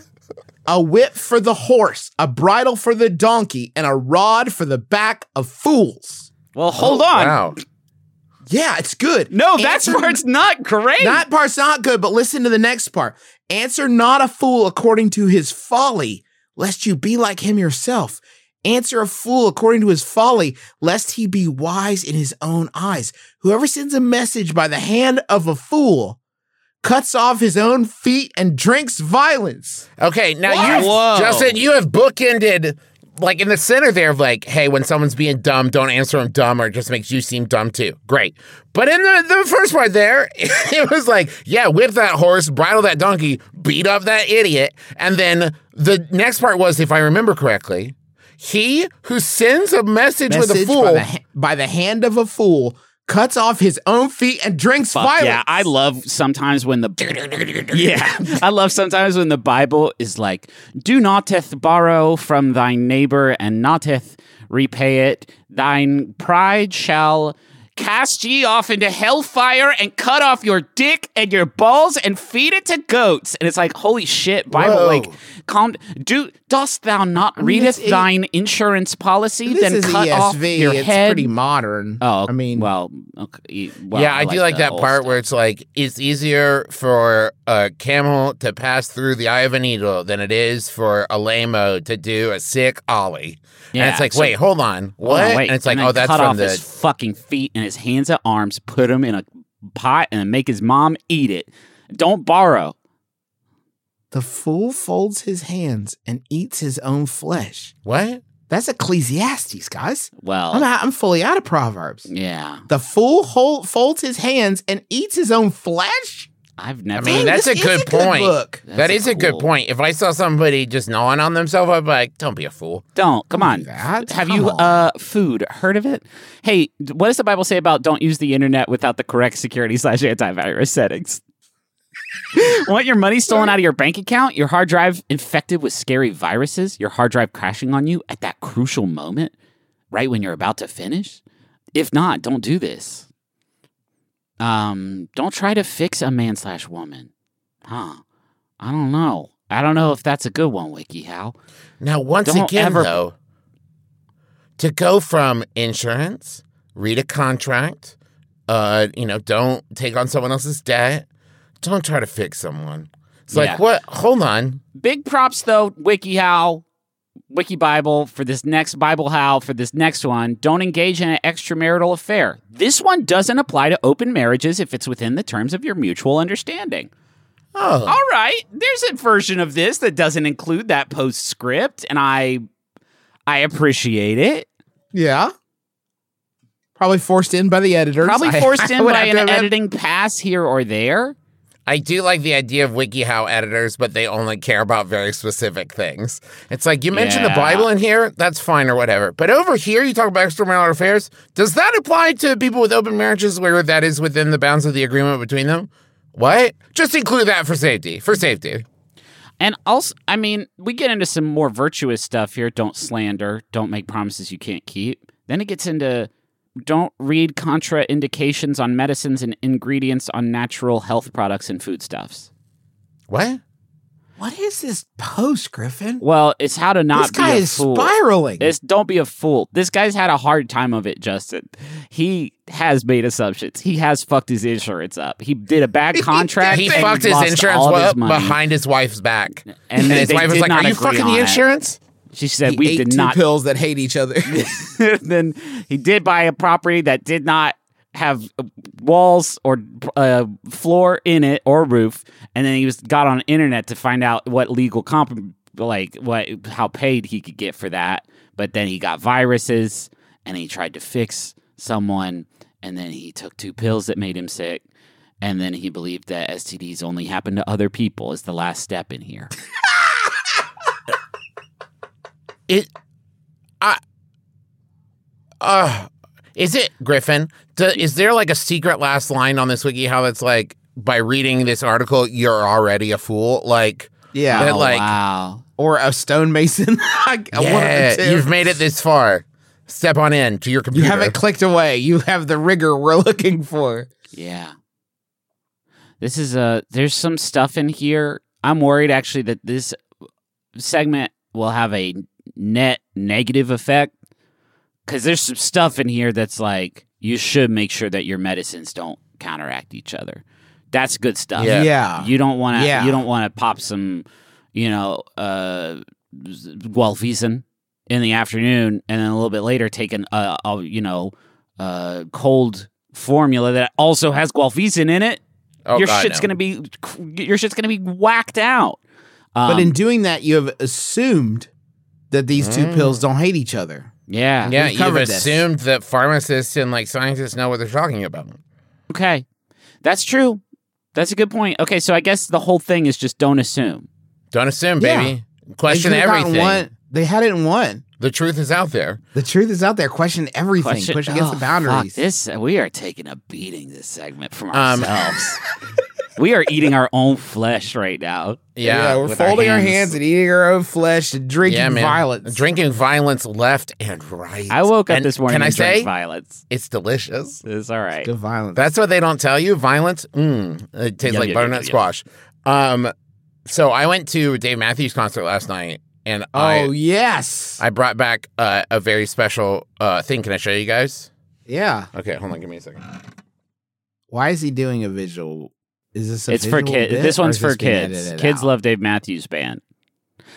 Speaker 3: a whip for the horse, a bridle for the donkey, and a rod for the back of fools.
Speaker 5: Well, hold on.
Speaker 4: Oh, Wow.
Speaker 3: Yeah, it's good.
Speaker 5: No, that's
Speaker 3: Answer-
Speaker 5: part's not great.
Speaker 3: That part's not good, but listen to the next part. Answer not a fool according to his folly, lest you be like him yourself. Answer a fool according to his folly, lest he be wise in his own eyes. Whoever sends a message by the hand of a fool cuts off his own feet and drinks violence.
Speaker 4: Okay, now
Speaker 5: What?
Speaker 4: you,
Speaker 5: Whoa.
Speaker 4: Justin, you have bookended like in the center there of like, hey, when someone's being dumb, don't answer them dumb, or it just makes you seem dumb too. Great, but in the the first part there, it was like, yeah, whip that horse, bridle that donkey, beat up that idiot, and then the next part was, if I remember correctly, he who sends a message, with a
Speaker 3: Message
Speaker 4: fool.
Speaker 3: By, the, ha- by the hand of a fool cuts off his own feet and drinks
Speaker 5: Fuck
Speaker 3: violence.
Speaker 5: yeah, I love sometimes when the yeah, I love sometimes when the Bible is like, "Do noteth borrow from thy neighbor, and noteth repay it. Thine pride shall cast ye off into hellfire, and cut off your dick and your balls, and feed it to goats." And it's like, holy shit, Bible,
Speaker 4: Whoa.
Speaker 5: like, calm. Do dost thou not readest
Speaker 3: it's- it-
Speaker 5: thine insurance policy?
Speaker 3: this
Speaker 5: then
Speaker 3: is
Speaker 5: cut
Speaker 3: ESV.
Speaker 5: off your
Speaker 3: E it's
Speaker 5: head.
Speaker 3: pretty modern.
Speaker 5: Oh,
Speaker 3: I mean,
Speaker 5: well, okay, e- well,
Speaker 4: yeah, I, do like
Speaker 5: the
Speaker 4: that
Speaker 5: old
Speaker 4: part where it's like it's easier for a camel to pass through the eye of a needle than it is for a lamo to do a sick ollie. and
Speaker 5: Yeah,
Speaker 4: it's like,
Speaker 5: so-
Speaker 4: wait, hold on,
Speaker 5: Hold
Speaker 4: what?
Speaker 5: on, wait.
Speaker 4: And it's like,
Speaker 5: then
Speaker 4: oh, that's
Speaker 5: cut
Speaker 4: from
Speaker 5: off
Speaker 4: the
Speaker 5: his fucking feet and his hands and arms. Put him in a pot and make his mom eat it. Don't borrow.
Speaker 3: The fool folds his hands and eats his own flesh.
Speaker 4: what?
Speaker 3: That's Ecclesiastes, guys. I'm,
Speaker 5: Well,
Speaker 3: out, I'm fully out of Proverbs.
Speaker 5: yeah,
Speaker 3: The fool hold, folds his hands and eats his own flesh.
Speaker 5: I've never.
Speaker 4: mean,
Speaker 3: Dang,
Speaker 4: that's
Speaker 3: this
Speaker 4: a
Speaker 3: is
Speaker 4: good point.
Speaker 3: book.
Speaker 5: That's
Speaker 4: That
Speaker 5: a
Speaker 4: is a good
Speaker 5: cool-
Speaker 4: point. If I saw somebody just gnawing on themselves, I'd be like, don't be a fool.
Speaker 5: Don't come on.
Speaker 3: do that.
Speaker 5: Have
Speaker 3: Come
Speaker 5: you
Speaker 3: on.
Speaker 5: uh food heard of it? Hey, d- what does the Bible say about don't use the internet without the correct security slash antivirus settings? Want your money stolen out of your bank account? Your hard drive infected with scary viruses? Your hard drive crashing on you at that crucial moment, right when you're about to finish? If not, don't do this. Um, don't try to fix a man slash woman, huh? I don't know. I don't know if that's a good one, WikiHow.
Speaker 4: Now, once
Speaker 5: Don't
Speaker 4: again,
Speaker 5: ever-
Speaker 4: though, to go from insurance, read a contract, uh, you know, don't take on someone else's debt, don't try to fix someone. It's
Speaker 5: Yeah.
Speaker 4: like, what? Hold on.
Speaker 5: Big props though, WikiHow, Wiki Bible for this next Bible How for this next one. Don't engage in an extramarital affair. This one doesn't apply to open marriages if it's within the terms of your mutual understanding.
Speaker 4: Oh,
Speaker 5: All right, there's a version of this that doesn't include that postscript, and I, I appreciate it.
Speaker 3: Yeah. Probably forced in by the editors.
Speaker 5: Probably
Speaker 3: I-
Speaker 5: forced
Speaker 3: I
Speaker 5: in
Speaker 3: would
Speaker 5: by
Speaker 3: have to
Speaker 5: an
Speaker 3: admit.
Speaker 5: editing pass here or there.
Speaker 4: I do like the idea of WikiHow editors, but they only care about very specific things. It's like you mentioned
Speaker 5: Yeah.
Speaker 4: the Bible in here, that's fine or whatever. But over here, you talk about extramarital affairs. Does that apply to people with open marriages where that is within the bounds of the agreement between them? What? Just include that for safety. For safety.
Speaker 5: And also, I mean, we get into some more virtuous stuff here. Don't slander. Don't make promises you can't keep. Then it gets into don't read contraindications on medicines and ingredients on natural health products and foodstuffs.
Speaker 4: What?
Speaker 3: What is this post, Griffin?
Speaker 5: Well, it's how to not
Speaker 3: this
Speaker 5: be
Speaker 3: guy
Speaker 5: a
Speaker 3: is
Speaker 5: fool.
Speaker 3: spiraling.
Speaker 5: This don't be a fool. This guy's had a hard time of it, Justin. He has made assumptions. He has fucked his insurance up. He did a bad contract.
Speaker 4: He
Speaker 5: and
Speaker 4: fucked his
Speaker 5: lost
Speaker 4: insurance
Speaker 5: all of his
Speaker 4: up
Speaker 5: money.
Speaker 4: behind his wife's back. And,
Speaker 5: And
Speaker 4: his
Speaker 5: they
Speaker 4: wife was
Speaker 5: did
Speaker 4: like,
Speaker 5: not
Speaker 4: Are you
Speaker 5: agree
Speaker 4: fucking
Speaker 5: on
Speaker 4: the
Speaker 5: that."
Speaker 4: insurance?
Speaker 5: She said
Speaker 3: He
Speaker 5: we
Speaker 3: ate
Speaker 5: did
Speaker 3: two
Speaker 5: not
Speaker 3: pills that hate each other.
Speaker 5: then he did buy a property that did not have walls or uh, floor in it or roof, and then he was got on the internet to find out what legal comp like what how paid he could get for that. But then he got viruses, and he tried to fix someone, and then he took two pills that made him sick. And then he believed that STDs only happen to other people is the last step in here.
Speaker 4: It, I, uh, is it Griffin? Do, is there like a secret last line on this wiki? How that's like by reading this article, you're already a fool. Like,
Speaker 3: yeah.
Speaker 4: They're
Speaker 5: Oh,
Speaker 4: like-
Speaker 5: wow.
Speaker 3: Or a stonemason. I, I wanted
Speaker 4: yeah,
Speaker 3: to.
Speaker 4: you've made it this far. Step on in to your
Speaker 3: You
Speaker 4: computer.
Speaker 3: haven't clicked away. You have the rigor we're looking for.
Speaker 5: Yeah. uh, This is a there's some stuff in here. I'm worried actually that this segment will have a net negative effect because there's some stuff in here that's like you should make sure that your medicines don't counteract each other. That's good stuff.
Speaker 4: Yeah.
Speaker 3: Yeah.
Speaker 5: You don't want to.
Speaker 3: Yeah.
Speaker 5: You don't want to pop some, you know, uh, Gualfesin in the afternoon, and then a little bit later take an, uh, a, you know, uh, cold formula that also has Gualfesin in it.
Speaker 4: Oh,
Speaker 5: your
Speaker 4: God,
Speaker 5: shit's
Speaker 4: no.
Speaker 5: gonna be your shit's gonna be whacked out.
Speaker 3: but
Speaker 5: Um,
Speaker 3: in doing that, you have assumed that these two pills don't hate each other.
Speaker 5: yeah,
Speaker 4: Yeah,
Speaker 3: We've
Speaker 4: you've
Speaker 3: covered this.
Speaker 4: assumed that pharmacists and like scientists know what they're talking about.
Speaker 5: Okay. That's true. That's a good point. Okay, so I guess the whole thing is just don't assume.
Speaker 4: Don't assume,
Speaker 3: Yeah.
Speaker 4: baby.
Speaker 3: They
Speaker 4: Question
Speaker 3: could've gotten
Speaker 4: everything.
Speaker 3: One, they had it in one.
Speaker 4: The truth is out there.
Speaker 3: The truth is out there. Question everything.
Speaker 5: Question-
Speaker 3: Push against
Speaker 5: oh,
Speaker 3: the boundaries.
Speaker 5: fuck, this uh, we are taking a beating this segment from
Speaker 4: Um,
Speaker 5: ourselves. we are eating our own flesh right now.
Speaker 4: Yeah,
Speaker 3: we're
Speaker 4: with
Speaker 3: folding our hands. and eating our own flesh and drinking
Speaker 4: yeah, man.
Speaker 3: violence.
Speaker 4: Drinking violence left and right.
Speaker 5: I woke up
Speaker 4: And
Speaker 5: this morning
Speaker 4: Can I
Speaker 5: and drank
Speaker 4: say
Speaker 5: violence.
Speaker 4: it's delicious?
Speaker 5: It's all right.
Speaker 3: Good violence.
Speaker 4: That's what they don't tell you. Violence, mm, it tastes
Speaker 5: Yum,
Speaker 4: like
Speaker 5: yum,
Speaker 4: butternut
Speaker 5: yum, yum,
Speaker 4: squash. Um, so I went to a Dave Matthews concert last night, and
Speaker 3: oh
Speaker 4: I
Speaker 3: yes.
Speaker 4: I brought back uh, a very special uh, thing. Can I show you guys?
Speaker 3: yeah.
Speaker 4: Okay, hold on, give me a second.
Speaker 3: Why is he doing a visual? Is this a
Speaker 5: It's for
Speaker 3: visual
Speaker 5: kids.
Speaker 3: bit,
Speaker 5: This
Speaker 3: or
Speaker 5: one's
Speaker 3: is this
Speaker 5: for
Speaker 3: being
Speaker 5: kids.
Speaker 3: edited
Speaker 5: Kids
Speaker 3: out?
Speaker 5: love Dave Matthews Band.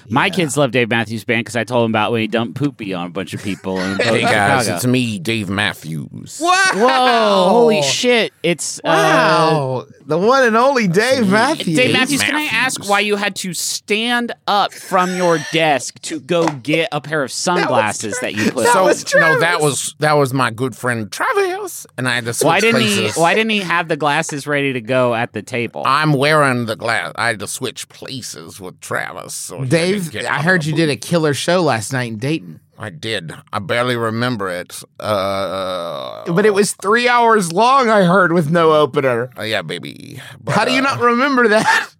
Speaker 5: My
Speaker 3: Yeah.
Speaker 5: kids love Dave Matthews Band because I told them about when he dumped poopy on a bunch of people. In
Speaker 4: Hey guys,
Speaker 5: Chicago.
Speaker 4: it's me, Dave Matthews.
Speaker 3: Wow.
Speaker 5: Whoa! Holy shit! It's uh,
Speaker 3: Wow. the one and only Dave Matthews.
Speaker 5: Dave Matthews, can I
Speaker 4: Matthews.
Speaker 5: ask why you had to stand up from your desk to go get a pair of sunglasses that, you put
Speaker 4: So
Speaker 5: on?
Speaker 3: was
Speaker 4: no, that
Speaker 3: Travis.
Speaker 4: was that was my good friend Travis, and I had to switch
Speaker 5: Why didn't he?
Speaker 4: places.
Speaker 5: Why didn't he have the glasses ready to go at the table?
Speaker 4: I'm wearing the glass. I had to switch places with Travis. So he
Speaker 3: Dave,
Speaker 4: could get
Speaker 3: I
Speaker 4: out
Speaker 3: heard
Speaker 4: of
Speaker 3: you
Speaker 4: the
Speaker 3: did a killer show last night in Dayton,
Speaker 4: I did. I barely remember it. Uh,
Speaker 3: but it was three hours long. I heard with no opener.
Speaker 4: uh, yeah, baby. But,
Speaker 3: How do you
Speaker 4: uh,
Speaker 3: not remember that?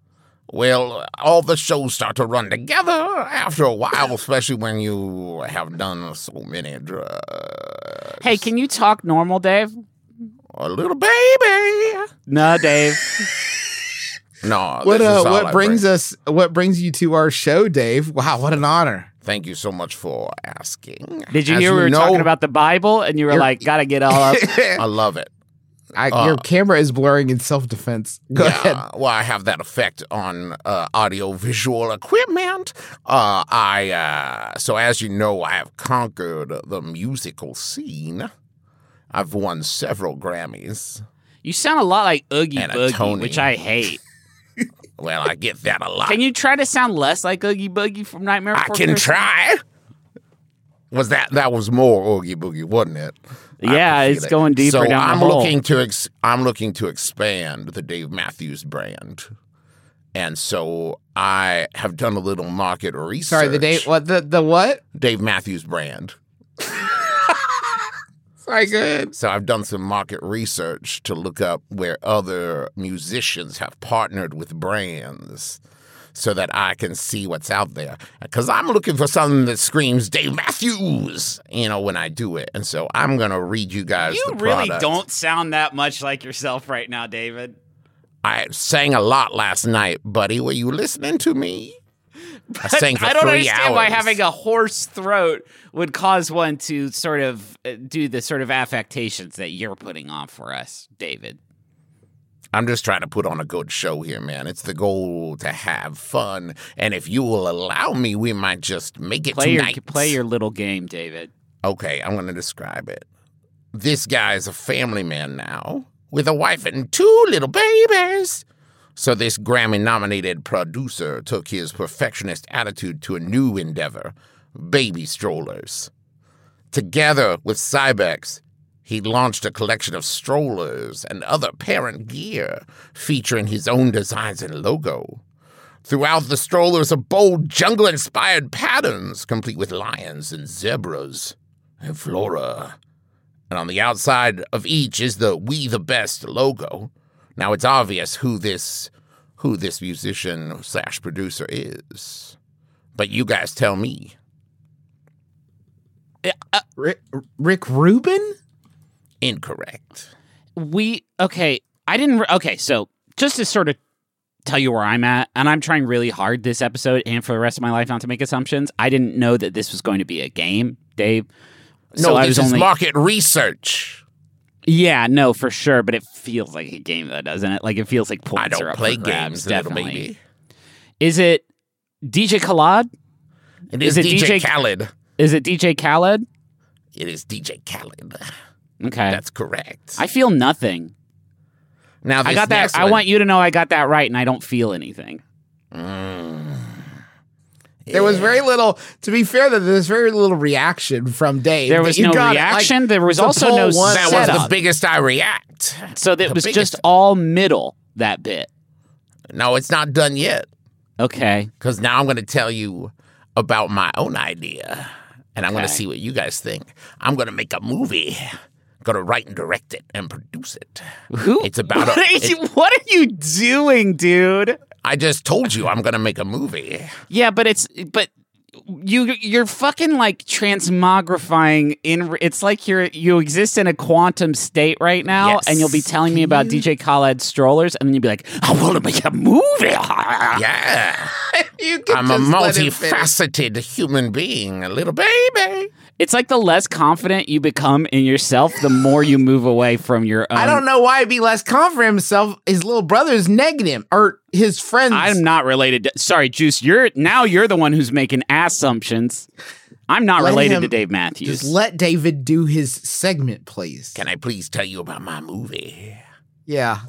Speaker 4: Well, all the shows start to run together after a while, especially when you have done so many drugs.
Speaker 5: hey, can you talk normal, Dave?
Speaker 4: A little baby.
Speaker 5: No, Dave.
Speaker 4: No.
Speaker 3: What
Speaker 4: this
Speaker 3: uh,
Speaker 4: is all I
Speaker 3: what brings
Speaker 4: bring.
Speaker 3: us? What brings you to our show, Dave? Wow, what an honor.
Speaker 4: Thank you so much for asking.
Speaker 5: Did you
Speaker 4: As
Speaker 5: hear we were
Speaker 4: know,
Speaker 5: talking about the Bible and you were like, gotta get all up?
Speaker 4: I love it.
Speaker 3: I,
Speaker 4: Uh,
Speaker 3: your camera is blurring in self defense. Go
Speaker 4: yeah,
Speaker 3: ahead.
Speaker 4: Well, I have that effect on uh, audio visual equipment. Uh, I uh, so as you know, I have conquered the musical scene. I've won several Grammys.
Speaker 5: you sound a lot like Oogie
Speaker 4: And a
Speaker 5: Boogie,
Speaker 4: Tony.
Speaker 5: which I hate.
Speaker 4: Well, I get that a lot.
Speaker 5: Can you try to sound less like Oogie Boogie from Nightmare?
Speaker 4: I
Speaker 5: Before
Speaker 4: can
Speaker 5: Christmas?
Speaker 4: try. Was that that was more Oogie Boogie, wasn't it? I
Speaker 5: Yeah,
Speaker 4: can feel
Speaker 5: it's going deeper
Speaker 4: so
Speaker 5: down the
Speaker 4: I'm
Speaker 5: hole.
Speaker 4: looking to ex- I'm looking to expand the Dave Matthews brand, and so I have done a little market research.
Speaker 3: Sorry, the Dave. What the the what?
Speaker 4: Dave Matthews brand.
Speaker 3: Sorry, good.
Speaker 4: So I've done some market research to look up where other musicians have partnered with brands so that I can see what's out there. Because I'm looking for something that screams Dave Matthews, you know, when I do it. And so I'm going to read you guys
Speaker 5: You
Speaker 4: the
Speaker 5: really
Speaker 4: product.
Speaker 5: don't sound that much like yourself right now, David.
Speaker 4: I sang a lot last night, buddy. Were you listening to me? I sang for
Speaker 5: I don't
Speaker 4: three
Speaker 5: understand why
Speaker 4: hours.
Speaker 5: having a hoarse throat would cause one to sort of uh, do the sort of affectations that you're putting on for us, David.
Speaker 4: I'm just trying to put on a good show here, man. It's the goal to have fun, and if you will allow me, we might just make it
Speaker 5: Play your
Speaker 4: tonight.
Speaker 5: play your little game, David.
Speaker 4: Okay, I'm going to describe it. This guy is a family man now with a wife and two little babies. So, this Grammy nominated producer took his perfectionist attitude to a new endeavor baby strollers. Together with Cybex, he launched a collection of strollers and other parent gear featuring his own designs and logo. Throughout the strollers are bold jungle inspired patterns, complete with lions and zebras and flora. And on the outside of each is the We the Best logo. Now it's obvious who this who this musician slash producer is. But you guys tell me.
Speaker 3: Rick, Rick Rubin.
Speaker 4: Incorrect.
Speaker 5: We okay. I didn't. re- Okay, so just to sort of tell you where I'm at, and I'm trying really hard this episode and for the rest of my life not to make assumptions. I didn't know that this was going to be a game, Dave.
Speaker 4: No, this is market research.
Speaker 5: yeah, no, for sure. But it feels like a game, though, doesn't it? Like it feels like points
Speaker 4: I
Speaker 5: are
Speaker 4: don't
Speaker 5: up
Speaker 4: play
Speaker 5: for grabs.
Speaker 4: games, little
Speaker 5: Definitely,
Speaker 4: baby.
Speaker 5: is it DJ Khaled?
Speaker 4: It is,
Speaker 5: Is it
Speaker 4: DJ,
Speaker 5: DJ
Speaker 4: Khaled.
Speaker 5: Is it DJ Khaled?
Speaker 4: It is DJ Khaled.
Speaker 5: Okay,
Speaker 4: That's correct.
Speaker 5: I feel nothing.
Speaker 4: now
Speaker 5: I
Speaker 4: this
Speaker 5: got that.
Speaker 4: next
Speaker 5: I
Speaker 4: one-
Speaker 5: want you to know I got that right, and I don't feel anything.
Speaker 3: There was very little. To be fair, that there was very little reaction from Dave.
Speaker 5: There
Speaker 3: but
Speaker 5: was
Speaker 3: you
Speaker 5: no
Speaker 3: got it. Like,
Speaker 5: reaction. there was
Speaker 3: to
Speaker 5: also
Speaker 3: pull
Speaker 5: no
Speaker 3: one-
Speaker 4: That
Speaker 5: setup.
Speaker 4: was the biggest I react.
Speaker 5: so that
Speaker 4: the
Speaker 5: was
Speaker 4: biggest-
Speaker 5: just all middle that bit.
Speaker 4: No, it's not done yet.
Speaker 5: Okay.
Speaker 4: Because now I'm going to tell you about my own idea. And I'm going to
Speaker 5: Okay.
Speaker 4: see what you guys think. I'm going to make a movie. Going to write and direct it and produce it.
Speaker 5: Who?
Speaker 4: It's about a-
Speaker 5: what, are you, what are you doing, dude?
Speaker 4: I just told you I'm going to make a movie.
Speaker 5: Yeah, but it's but you you're fucking like transmogrifying in. It's like you're you exist in a quantum state right now,
Speaker 4: Yes.
Speaker 5: and you'll be telling me about DJ Khaled's strollers, and then you'll be like, I want to make a movie. Yeah.
Speaker 4: Yeah.
Speaker 3: You can
Speaker 4: I'm a
Speaker 3: just let him finish.
Speaker 4: multifaceted human being, a little baby.
Speaker 5: It's like the less confident you become in yourself, the more you move away from your own.
Speaker 3: I don't know why he'd be less confident in himself. His little brother's negging him, or his friends.
Speaker 5: I'm not related. To, sorry, Juice. You're now you're the one who's making assumptions. I'm not
Speaker 3: Let
Speaker 5: related
Speaker 3: him-
Speaker 5: to Dave Matthews.
Speaker 3: Just let David do his segment, please.
Speaker 4: Can I please tell you about my movie?
Speaker 3: yeah.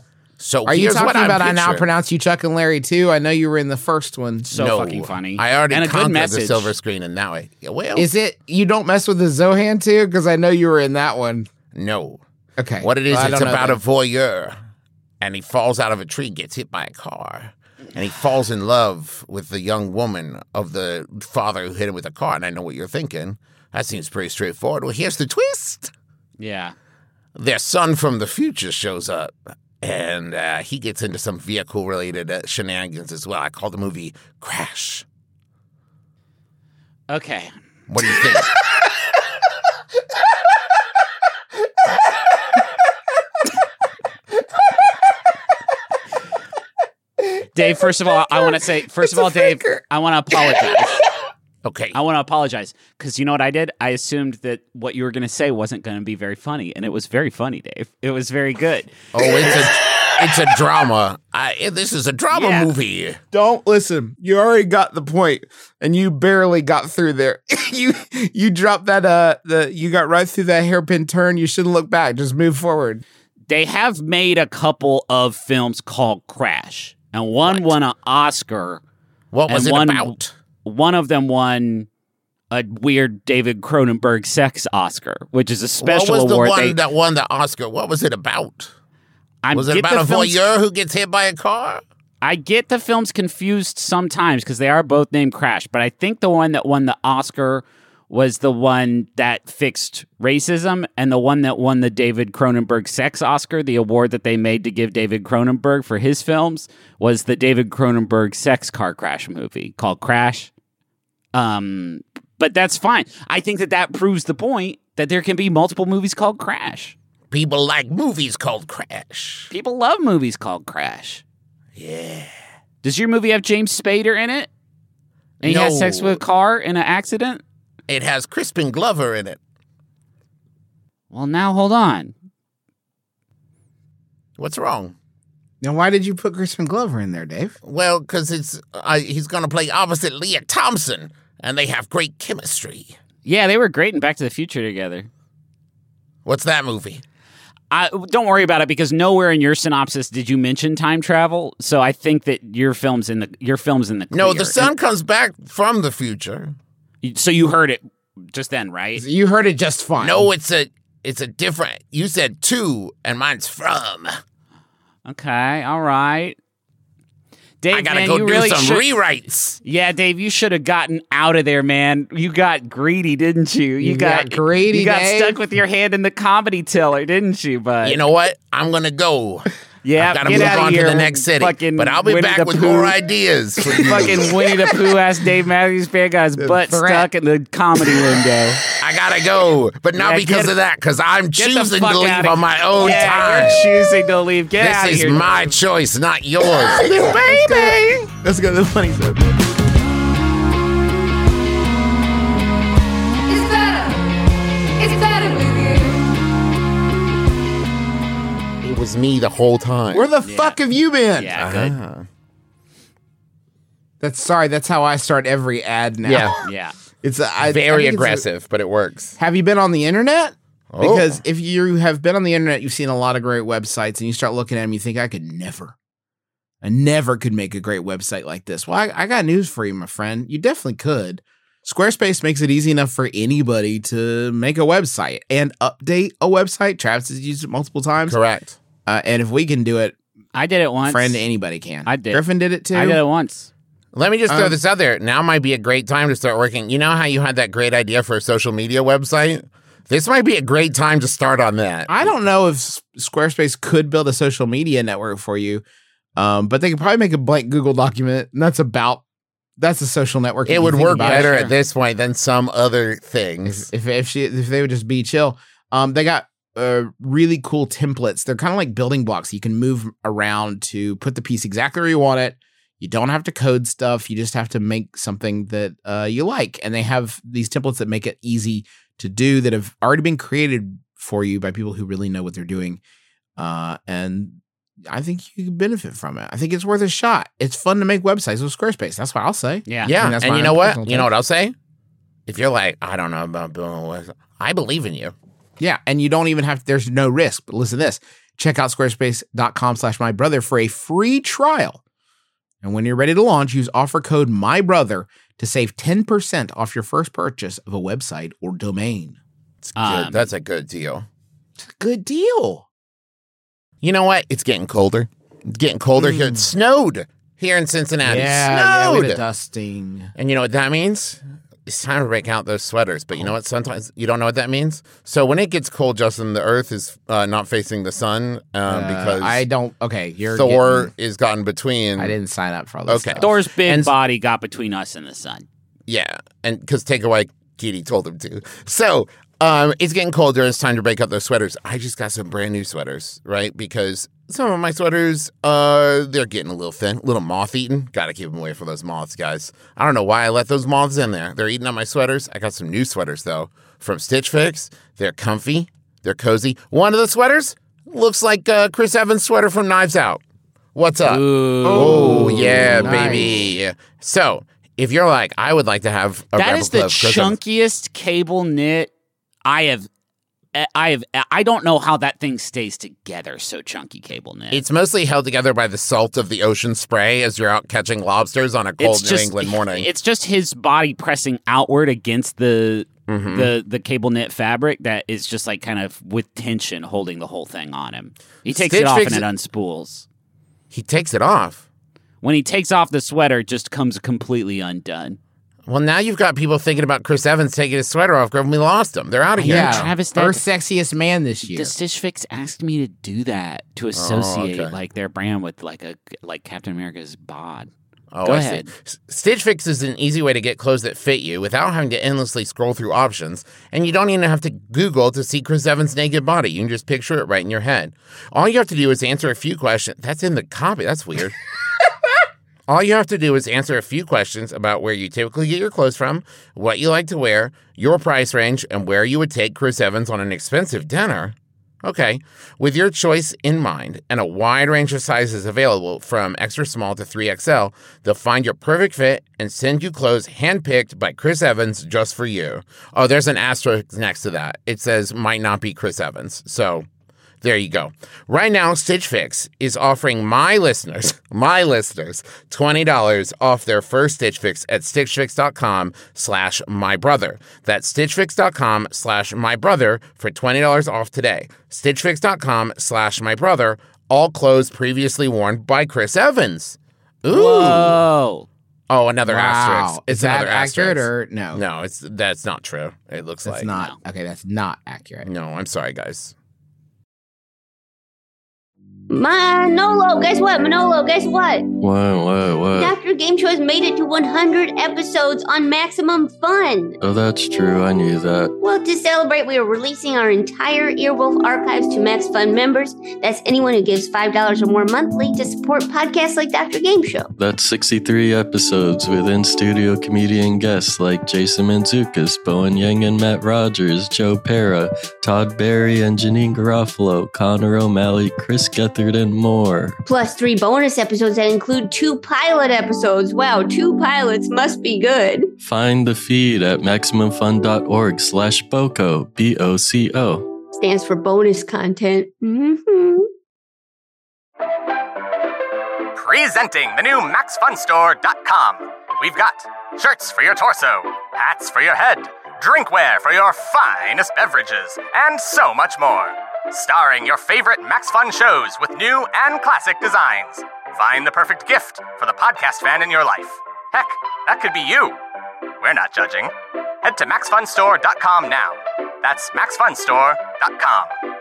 Speaker 4: So
Speaker 3: Are you
Speaker 4: here's
Speaker 3: talking
Speaker 4: what I'm
Speaker 3: about I now
Speaker 4: picturing.
Speaker 3: pronounce you Chuck and Larry too? I know you were in the first one.
Speaker 5: so fucking funny.
Speaker 4: I already
Speaker 5: and a good
Speaker 4: conquered
Speaker 5: message.
Speaker 4: the silver screen, and now I yeah, well
Speaker 3: Is it you don't mess with the Zohan too? Because I know you were in that one.
Speaker 4: no.
Speaker 3: Okay.
Speaker 4: What it is,
Speaker 3: Well, I
Speaker 4: it's
Speaker 3: don't know
Speaker 4: about
Speaker 3: that.
Speaker 4: a voyeur, and he falls out of a tree, gets hit by a car, and he falls in love with the young woman of the father who hit him with a car. And I know what you're thinking. That seems pretty straightforward. Well, here's the twist:
Speaker 5: Yeah.
Speaker 4: their son from the future shows up, and uh, he gets into some vehicle-related uh, shenanigans as well. I call the movie Crash.
Speaker 5: Okay.
Speaker 4: What do you think?
Speaker 5: Dave, first of all, I want to say, first of all, Dave, I want to apologize.
Speaker 4: Okay.
Speaker 5: I want to apologize because you know what I did? I assumed that what you were going to say wasn't going to be very funny, and it was very funny, Dave. It was very good.
Speaker 4: Oh, it's a it's a drama. I, this is a drama
Speaker 5: Yeah.
Speaker 4: movie.
Speaker 3: Don't listen. You already got the point, and you barely got through there. you you dropped that uh the you got right through that hairpin turn. You shouldn't look back. Just move forward.
Speaker 5: They have made a couple of films called Crash, and one won an Oscar.
Speaker 4: What
Speaker 5: And
Speaker 4: was it
Speaker 5: one-
Speaker 4: about?
Speaker 5: One of them won a weird David Cronenberg sex Oscar, which is a special
Speaker 4: what was
Speaker 5: award.
Speaker 4: the one
Speaker 5: they-
Speaker 4: that won the Oscar? What was it about?
Speaker 5: I'm-
Speaker 4: Was it
Speaker 5: get the
Speaker 4: about a
Speaker 5: films-
Speaker 4: voyeur who gets hit by a car?
Speaker 5: I get the films confused sometimes because they are both named Crash, but I think the one that won the Oscar was the one that fixed racism and the one that won the David Cronenberg Sex Oscar, the award that they made to give David Cronenberg for his films, was the David Cronenberg sex car crash movie called Crash. Um, but that's fine. I think that that proves the point that there can be multiple movies called Crash.
Speaker 4: People like movies called Crash.
Speaker 5: People love movies called Crash.
Speaker 4: Yeah.
Speaker 5: Does your movie have James Spader in it? And he has sex
Speaker 4: No.
Speaker 5: with a car in an accident?
Speaker 4: It has Crispin Glover in it.
Speaker 5: Well, now hold on.
Speaker 4: What's wrong?
Speaker 3: Now, why did you put Crispin Glover in there, Dave?
Speaker 4: Well, because it's uh, he's going to play opposite Leah Thompson, and they have great chemistry.
Speaker 5: Yeah, they were great in Back to the Future together.
Speaker 4: What's that movie?
Speaker 5: I, don't worry about it because nowhere in your synopsis did you mention time travel. So I think that your film's in the your film's in the
Speaker 4: No,
Speaker 5: clear.
Speaker 4: the son comes back from the future.
Speaker 5: And- So you heard it just then, right?
Speaker 3: You heard it just fine.
Speaker 4: No, it's a it's a different. You said two, and mine's from.
Speaker 5: Okay, all right. Dave,
Speaker 4: I gotta
Speaker 5: man,
Speaker 4: go
Speaker 5: you
Speaker 4: do
Speaker 5: really
Speaker 4: some
Speaker 5: should-
Speaker 4: rewrites.
Speaker 5: Yeah, Dave, you should have gotten out of there, man. You got greedy, didn't you? You,
Speaker 3: You got greedy,
Speaker 5: You got
Speaker 3: Dave.
Speaker 5: stuck with your hand in the comedy tiller, didn't you, bud?
Speaker 4: You know what? I'm gonna go.
Speaker 5: yeah,
Speaker 4: I've gotta
Speaker 5: get
Speaker 4: move
Speaker 5: outta
Speaker 4: on
Speaker 5: here,
Speaker 4: to the next city.
Speaker 5: fucking
Speaker 4: But I'll be
Speaker 5: Winnie the
Speaker 4: back with
Speaker 5: Pooh-
Speaker 4: more ideas. For you.
Speaker 5: Fucking Winnie the Pooh ass Dave Matthews fan got his butt
Speaker 3: threat.
Speaker 5: stuck in the comedy window.
Speaker 4: I I gotta go, but not
Speaker 5: Yeah,
Speaker 4: because
Speaker 5: get-
Speaker 4: of that, because I'm
Speaker 5: Get the
Speaker 4: choosing
Speaker 5: fuck
Speaker 4: to leave
Speaker 5: outta
Speaker 4: on my
Speaker 5: here.
Speaker 4: own
Speaker 5: Yeah,
Speaker 4: time.
Speaker 5: You're choosing to leave. Get out of
Speaker 4: This is
Speaker 5: here.
Speaker 4: my choice, not yours.
Speaker 3: Baby! Let's go to the funny stuff.
Speaker 2: It's better. It's better with you.
Speaker 4: it was me the whole time.
Speaker 3: Where the fuck have you been?
Speaker 5: yeah, good.
Speaker 3: That's sorry. That's how I start every ad now.
Speaker 4: Yeah.
Speaker 5: Yeah.
Speaker 3: it's a, I, I
Speaker 4: Very
Speaker 3: think it's a-
Speaker 4: aggressive, but it works.
Speaker 3: have you been on the internet?
Speaker 4: Oh.
Speaker 3: Because if you have been on the internet, you've seen a lot of great websites, and you start looking at them, you think I could never, I never could make a great website like this. Well, I, I got news for you, my friend. You definitely could. Squarespace makes it easy enough for anybody to make a website and update a website. Travis has used it multiple times,
Speaker 4: Correct.
Speaker 3: uh, and if we can do it,
Speaker 5: I did it once.
Speaker 3: friend, anybody can.
Speaker 5: I did.
Speaker 3: Griffin did it too.
Speaker 5: I did it once.
Speaker 4: Let me just throw
Speaker 3: Um,
Speaker 4: this out there. Now might be a great time to start working. You know how you had that great idea for a social media website? This might be a great time to start on that.
Speaker 3: I don't know if S- Squarespace could build a social media network for you, um, but they could probably make a blank Google document. And that's about that's a social network.
Speaker 4: it
Speaker 3: if you
Speaker 4: would
Speaker 3: think
Speaker 4: work
Speaker 3: about
Speaker 4: better
Speaker 3: it.
Speaker 4: at this point than some other
Speaker 3: If
Speaker 4: things.
Speaker 3: if, if, she, if they would just be chill, um, they got uh, really cool templates. They're kind of like building blocks. You can move around to put the piece exactly where you want it. You don't have to code stuff. You just have to make something that uh, you like. And they have these templates that make it easy to do that have already been created for you by people who really know what they're doing. Uh, and I think you can benefit from it. I think it's worth a shot. It's fun to make websites with Squarespace. That's what I'll say.
Speaker 5: Yeah.
Speaker 4: Yeah.
Speaker 3: And that's
Speaker 4: and
Speaker 3: my
Speaker 4: you know what?
Speaker 3: personal
Speaker 4: You know
Speaker 3: take.
Speaker 4: what I'll say? If you're like, I don't know about building a website, I believe in you.
Speaker 3: Yeah, and you don't even have there's no risk. But listen to this. Check out squarespace.com slash my brother for a free trial. And when you're ready to launch, use offer code my brother to save 10% off your first purchase of a website or domain.
Speaker 4: It's
Speaker 5: Um,
Speaker 4: good. That's a good deal.
Speaker 3: Good deal.
Speaker 4: You know what? It's getting colder. It's getting colder here. It snowed here in Cincinnati.
Speaker 3: Hmm. yeah, we
Speaker 4: snowed.
Speaker 3: had a dusting.
Speaker 4: And you know what that means? It's time to break out those sweaters. But you know what? Sometimes you don't know what that means. So when it gets cold, Justin, the Earth is uh, not facing the sun um,
Speaker 3: Uh,
Speaker 4: because
Speaker 3: I don't okay, you're
Speaker 4: Thor
Speaker 3: getting-
Speaker 4: is gotten between.
Speaker 3: I didn't sign up for all this.
Speaker 4: Okay.
Speaker 3: stuff.
Speaker 5: Thor's big
Speaker 4: And-
Speaker 5: body got between us and the sun.
Speaker 4: Yeah, and because Takeaway Kitty told him to. So um, it's getting colder. and It's time to break out those sweaters. I just got some brand new sweaters, right? Because some of my sweaters, uh, they're getting a little thin, a little moth eaten. Got to keep them away from those moths, guys. I don't know why I let those moths in there. They're eating up my sweaters. I got some new sweaters though from Stitch Fix. They're comfy. They're cozy. One of the sweaters looks like uh, Chris Evans' sweater from Knives Out. What's up? Oh yeah,
Speaker 3: nice.
Speaker 4: baby. So if you're like, I would like to have a
Speaker 5: That
Speaker 4: Rebel
Speaker 5: is the
Speaker 4: Club Chris Evans-
Speaker 5: chunkiest cable knit I have. eh, I have. I don't know how that thing stays together. So chunky cable knit.
Speaker 4: It's mostly held together by the salt of the ocean spray as you're out catching lobsters on a cold
Speaker 5: It's
Speaker 4: New
Speaker 5: just-
Speaker 4: England morning.
Speaker 5: It's just his body pressing outward against the
Speaker 4: Mhm.
Speaker 5: the the cable knit fabric that is just like kind of with tension holding the whole thing on him. He takes
Speaker 4: Stitch
Speaker 5: it off
Speaker 4: Fix-
Speaker 5: and it unspools.
Speaker 4: he takes it off.
Speaker 5: When he takes off the sweater, it just comes completely undone.
Speaker 4: Well, now you've got people thinking about Chris Evans taking his sweater off. Girl, we lost him. They're out of here.
Speaker 3: Yeah.
Speaker 5: Travis, that-
Speaker 3: Earth's sexiest man this year.
Speaker 5: The Stitch Fix asked me to do that to associate
Speaker 4: Oh, okay.
Speaker 5: like their brand with like a like Captain America's bod.
Speaker 4: Oh,
Speaker 5: Go
Speaker 4: I
Speaker 5: ahead.
Speaker 4: see. S- Stitch Fix is an easy way to get clothes that fit you without having to endlessly scroll through options, and you don't even have to Google to see Chris Evans' naked body. You can just picture it right in your head. All you have to do is answer a few questions. That's in the copy. That's weird. All you have to do is answer a few questions about where you typically get your clothes from, what you like to wear, your price range, and where you would take Chris Evans on an expensive dinner. Okay. With your choice in mind and a wide range of sizes available from extra small to 3XL, they'll find your perfect fit and send you clothes handpicked by Chris Evans just for you. Oh, there's an asterisk next to that. It says might not be Chris Evans. So there you go. Right now, Stitch Fix is offering my listeners, my listeners, $20 off their first Stitch Fix at stitchfix.com slash my brother. That's stitchfix.com slash my brother for $20 off today. stitchfix.com slash my brother, all clothes previously worn by Chris Evans. Ooh.
Speaker 5: Whoa.
Speaker 4: Oh, another asterisk.
Speaker 3: wow.
Speaker 4: It's
Speaker 3: Is that
Speaker 4: another
Speaker 3: accurate
Speaker 4: asterisk.
Speaker 3: or no?
Speaker 4: No, it's that's not true. It looks
Speaker 3: That's
Speaker 4: like
Speaker 3: not okay, that's not accurate.
Speaker 4: No, I'm sorry, guys.
Speaker 7: Manolo, guess what? Manolo, guess what?
Speaker 8: Whoa, whoa, whoa.
Speaker 7: Dr. Game Show has made it to 100 episodes on Maximum Fun.
Speaker 8: Oh, that's true. I knew that.
Speaker 7: Well, to celebrate, we are releasing our entire Earwolf archives to Max Fun members. That's anyone who gives $5 or more monthly to support podcasts like Dr. Game Show.
Speaker 8: That's 63 episodes with in studio comedian guests like Jason Manzukis, Bowen Yang and Matt Rogers, Joe Pera, Todd Barry and Janine Garofalo, Connor O'Malley, Chris Gethard, and more.
Speaker 7: Plus three bonus episodes that include two pilot episodes. Wow, two pilots must be good.
Speaker 8: Find the feed at MaximumFun.org slash BOCO, B O C O.
Speaker 7: Stands for bonus content. hmm
Speaker 9: Presenting the new MaxFunStore.com. We've got shirts for your torso, hats for your head, drinkware for your finest beverages, and so much more. Starring your favorite Max Fun shows with new and classic designs. Find the perfect gift for the podcast fan in your life. Heck, that could be you. We're not judging. Head to MaxFunStore.com now. That's MaxFunStore.com.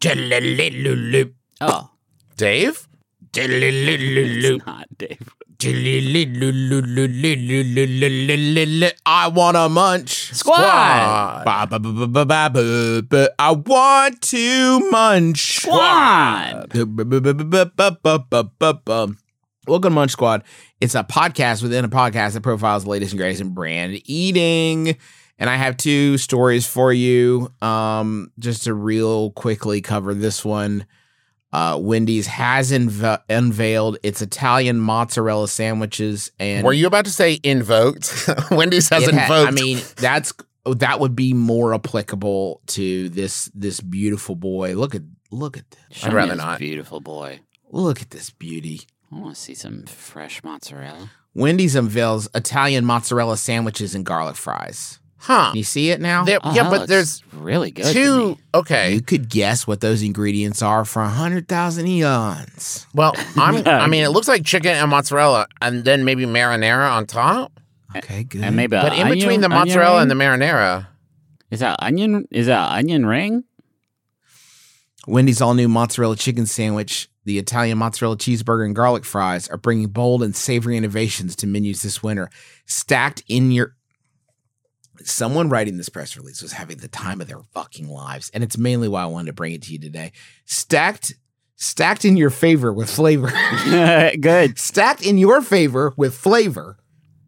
Speaker 4: Diddle-a-loo-loo.
Speaker 5: Oh,
Speaker 4: Dave? Diddle-a-loo-loo-loo.
Speaker 5: it's not Dave.
Speaker 4: Diddle-a-loo-loo-loo-loo-loo-loo-loo-loo.
Speaker 3: I want to munch.
Speaker 5: Squad.
Speaker 3: Ba, ba, ba, ba, ba, ba, ba, ba. I want to munch.
Speaker 5: Squad.
Speaker 3: Ba, ba, ba, ba, ba, ba, ba, ba, ba, ba. Welcome to Munch Squad. It's a podcast within a podcast that profiles the latest and greatest in brand eating. And I have two stories for you. Um, just to real quickly cover this one. Uh, Wendy's has inv- unveiled its Italian mozzarella sandwiches and
Speaker 4: Were you about to say invoked? Wendy's has
Speaker 3: it had-
Speaker 4: invoked.
Speaker 3: I mean, that's that would be more applicable to this this beautiful boy. Look at look at this.
Speaker 4: I'd rather
Speaker 5: Shonya's
Speaker 4: not.
Speaker 5: Beautiful boy.
Speaker 3: Look at this beauty.
Speaker 5: I want to see some fresh mozzarella.
Speaker 3: Wendy's unveils Italian mozzarella sandwiches and garlic fries.
Speaker 4: huh.
Speaker 3: Can you see it now?
Speaker 4: There-
Speaker 5: Oh,
Speaker 4: yeah,
Speaker 5: that
Speaker 4: but
Speaker 5: looks
Speaker 4: there's
Speaker 5: really good. to
Speaker 4: two.
Speaker 5: me.
Speaker 4: Okay.
Speaker 3: You could guess what those ingredients are for 100,000 eons.
Speaker 4: Well, I'm, I mean, it looks like chicken and mozzarella, and then maybe marinara on top.
Speaker 3: Okay, good.
Speaker 5: and maybe
Speaker 4: But
Speaker 5: a
Speaker 4: in
Speaker 5: onion-
Speaker 4: between the
Speaker 5: onion
Speaker 4: mozzarella
Speaker 5: ring?
Speaker 4: and the marinara,
Speaker 5: is that onion? Is that onion ring?
Speaker 3: Wendy's all new mozzarella chicken sandwich, the Italian mozzarella cheeseburger, and garlic fries are bringing bold and savory innovations to menus this winter. Stacked in your. Someone writing this press release was having the time of their fucking lives, and it's mainly why I wanted to bring it to you today. Stacked, stacked in your favor with flavor.
Speaker 5: good.
Speaker 3: stacked in your favor with flavor.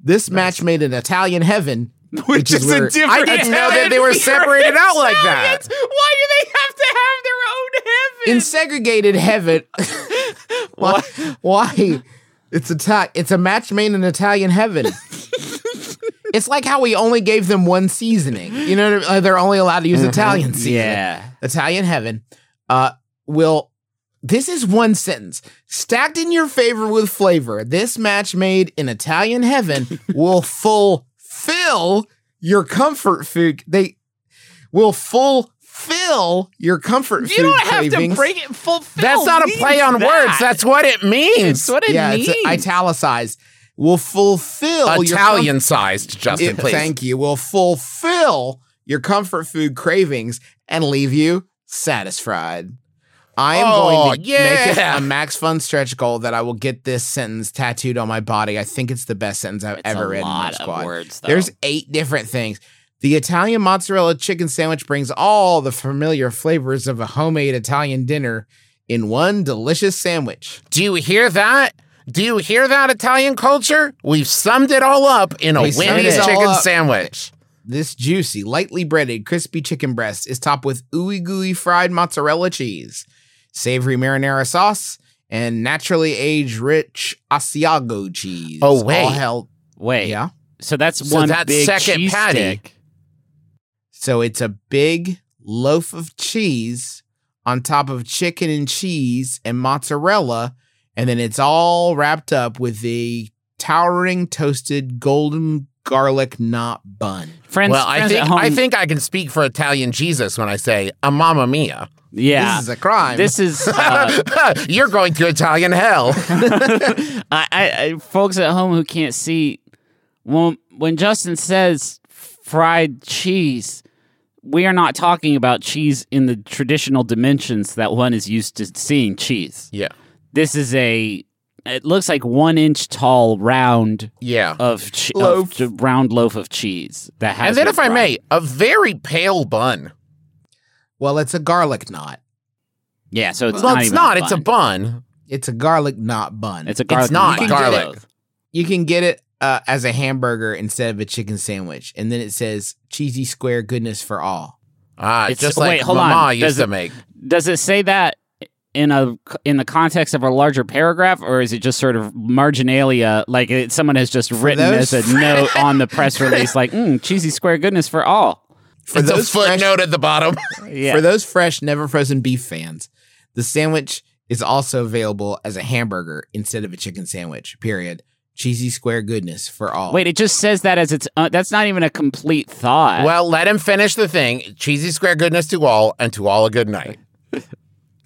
Speaker 3: This match made an Italian heaven, which is, where-
Speaker 4: I didn't know that they were separated out like that.
Speaker 5: Why do they have to have their own heaven?
Speaker 3: in segregated heaven. why? Why? It's a ta- it's a match made in Italian heaven. it's like how we only gave them one seasoning. You know, what I mean? they're only allowed to use Italian seasoning.
Speaker 5: Yeah.
Speaker 3: Italian heaven. Uh, will this is one sentence stacked in your favor with flavor. This match made in Italian heaven will fulfill your comfort food. They will fulfill your comfort food. cravings.
Speaker 5: it fulfilled.
Speaker 4: That's not a play on words. That's what it means.
Speaker 5: It's what it
Speaker 3: yeah,
Speaker 5: means.
Speaker 3: it's italicized. Will fulfill your comfort-
Speaker 4: Italian sized, Justin,
Speaker 3: Oh, it-
Speaker 4: please.
Speaker 3: Thank you. Will fulfill your comfort food cravings and leave you satisfied. I am
Speaker 4: Oh,
Speaker 3: going to make it
Speaker 4: yeah.
Speaker 3: a max fun stretch goal that I will get this sentence tattooed on my body. I think it's the best sentence I've
Speaker 5: It's
Speaker 3: ever
Speaker 5: a
Speaker 3: read. in my
Speaker 5: lot of
Speaker 3: squad.
Speaker 5: words, though.
Speaker 3: There's eight different things. The Italian mozzarella chicken sandwich brings all the familiar flavors of a homemade Italian dinner in one delicious sandwich.
Speaker 4: Do you hear that? Do you hear that Italian culture? We've summed it all up in a
Speaker 3: We summed
Speaker 4: Wendy's
Speaker 3: it all
Speaker 4: chicken
Speaker 3: up.
Speaker 4: sandwich.
Speaker 3: This juicy, lightly breaded, crispy chicken breast is topped with ooey gooey fried mozzarella cheese, savory marinara sauce, and naturally aged rich Asiago cheese.
Speaker 4: Oh,
Speaker 3: All
Speaker 4: wait.
Speaker 3: hell-
Speaker 5: Wait.
Speaker 3: yeah.
Speaker 5: So that's
Speaker 4: So
Speaker 5: one
Speaker 4: that
Speaker 5: big
Speaker 4: second
Speaker 5: cheese
Speaker 4: patty-
Speaker 5: stick.
Speaker 3: So it's a big loaf of cheese on top of chicken and cheese and mozzarella, and then it's all wrapped up with the towering toasted golden garlic knot bun.
Speaker 5: Friends,
Speaker 4: well, I
Speaker 5: friends
Speaker 4: think
Speaker 5: at home,
Speaker 4: I think I can speak for Italian Jesus when I say a mamma mia.
Speaker 5: yeah.
Speaker 3: This is a crime.
Speaker 5: This is uh,
Speaker 4: You're going to Italian hell.
Speaker 5: I, I, I, folks at home who can't see when when Justin says fried cheese, we are not talking about cheese in the traditional dimensions that one is used to seeing cheese.
Speaker 4: Yeah.
Speaker 5: This is a. It looks like one inch tall round.
Speaker 4: Yeah.
Speaker 3: Oh,
Speaker 5: Of, che-
Speaker 4: Loaf.
Speaker 5: of ch- round loaf of cheese that has.
Speaker 4: And then,
Speaker 5: no
Speaker 4: if I
Speaker 5: crust.
Speaker 4: may, a very pale bun.
Speaker 3: Well, it's a garlic knot.
Speaker 5: Yeah. So it's
Speaker 4: well,
Speaker 5: not.
Speaker 4: it's
Speaker 5: even
Speaker 4: not.
Speaker 5: a
Speaker 4: It's a bun.
Speaker 3: It's a garlic knot bun.
Speaker 5: It's a garlic.
Speaker 4: not
Speaker 5: bun.
Speaker 4: garlic.
Speaker 5: Loaf.
Speaker 3: you can get it uh, as a hamburger instead of a chicken sandwich, and then it says cheesy square goodness for all.
Speaker 4: Ah,
Speaker 5: It's-
Speaker 4: just like
Speaker 5: wait, hold on.
Speaker 4: Mama used
Speaker 5: Does
Speaker 4: to
Speaker 5: it-
Speaker 4: make.
Speaker 5: Does it say that in a in the context of a larger paragraph, or is it just sort of marginalia? Like it, someone has just written
Speaker 3: those-
Speaker 5: as a note on the press release, like mm, cheesy square goodness for all.
Speaker 3: For
Speaker 4: it's a
Speaker 3: those fresh-
Speaker 4: footnote at the bottom.
Speaker 5: Yeah.
Speaker 3: For those fresh, never frozen beef fans, the sandwich is also available as a hamburger instead of a chicken sandwich. Period. Cheesy square goodness for all.
Speaker 5: Wait, it just says that as its. Uh, that's not even a complete
Speaker 3: Uh,
Speaker 5: thought.
Speaker 4: well, let him finish the thing. Cheesy square goodness to all, and to all a good night.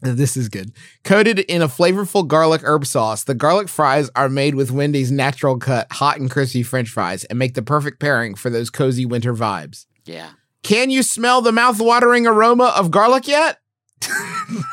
Speaker 3: This is good. Coated in a flavorful garlic herb sauce, the garlic fries are made with Wendy's natural cut, hot and crispy french fries and make the perfect pairing for those cozy winter vibes.
Speaker 5: yeah.
Speaker 3: Can you smell the mouth-watering aroma of garlic yet?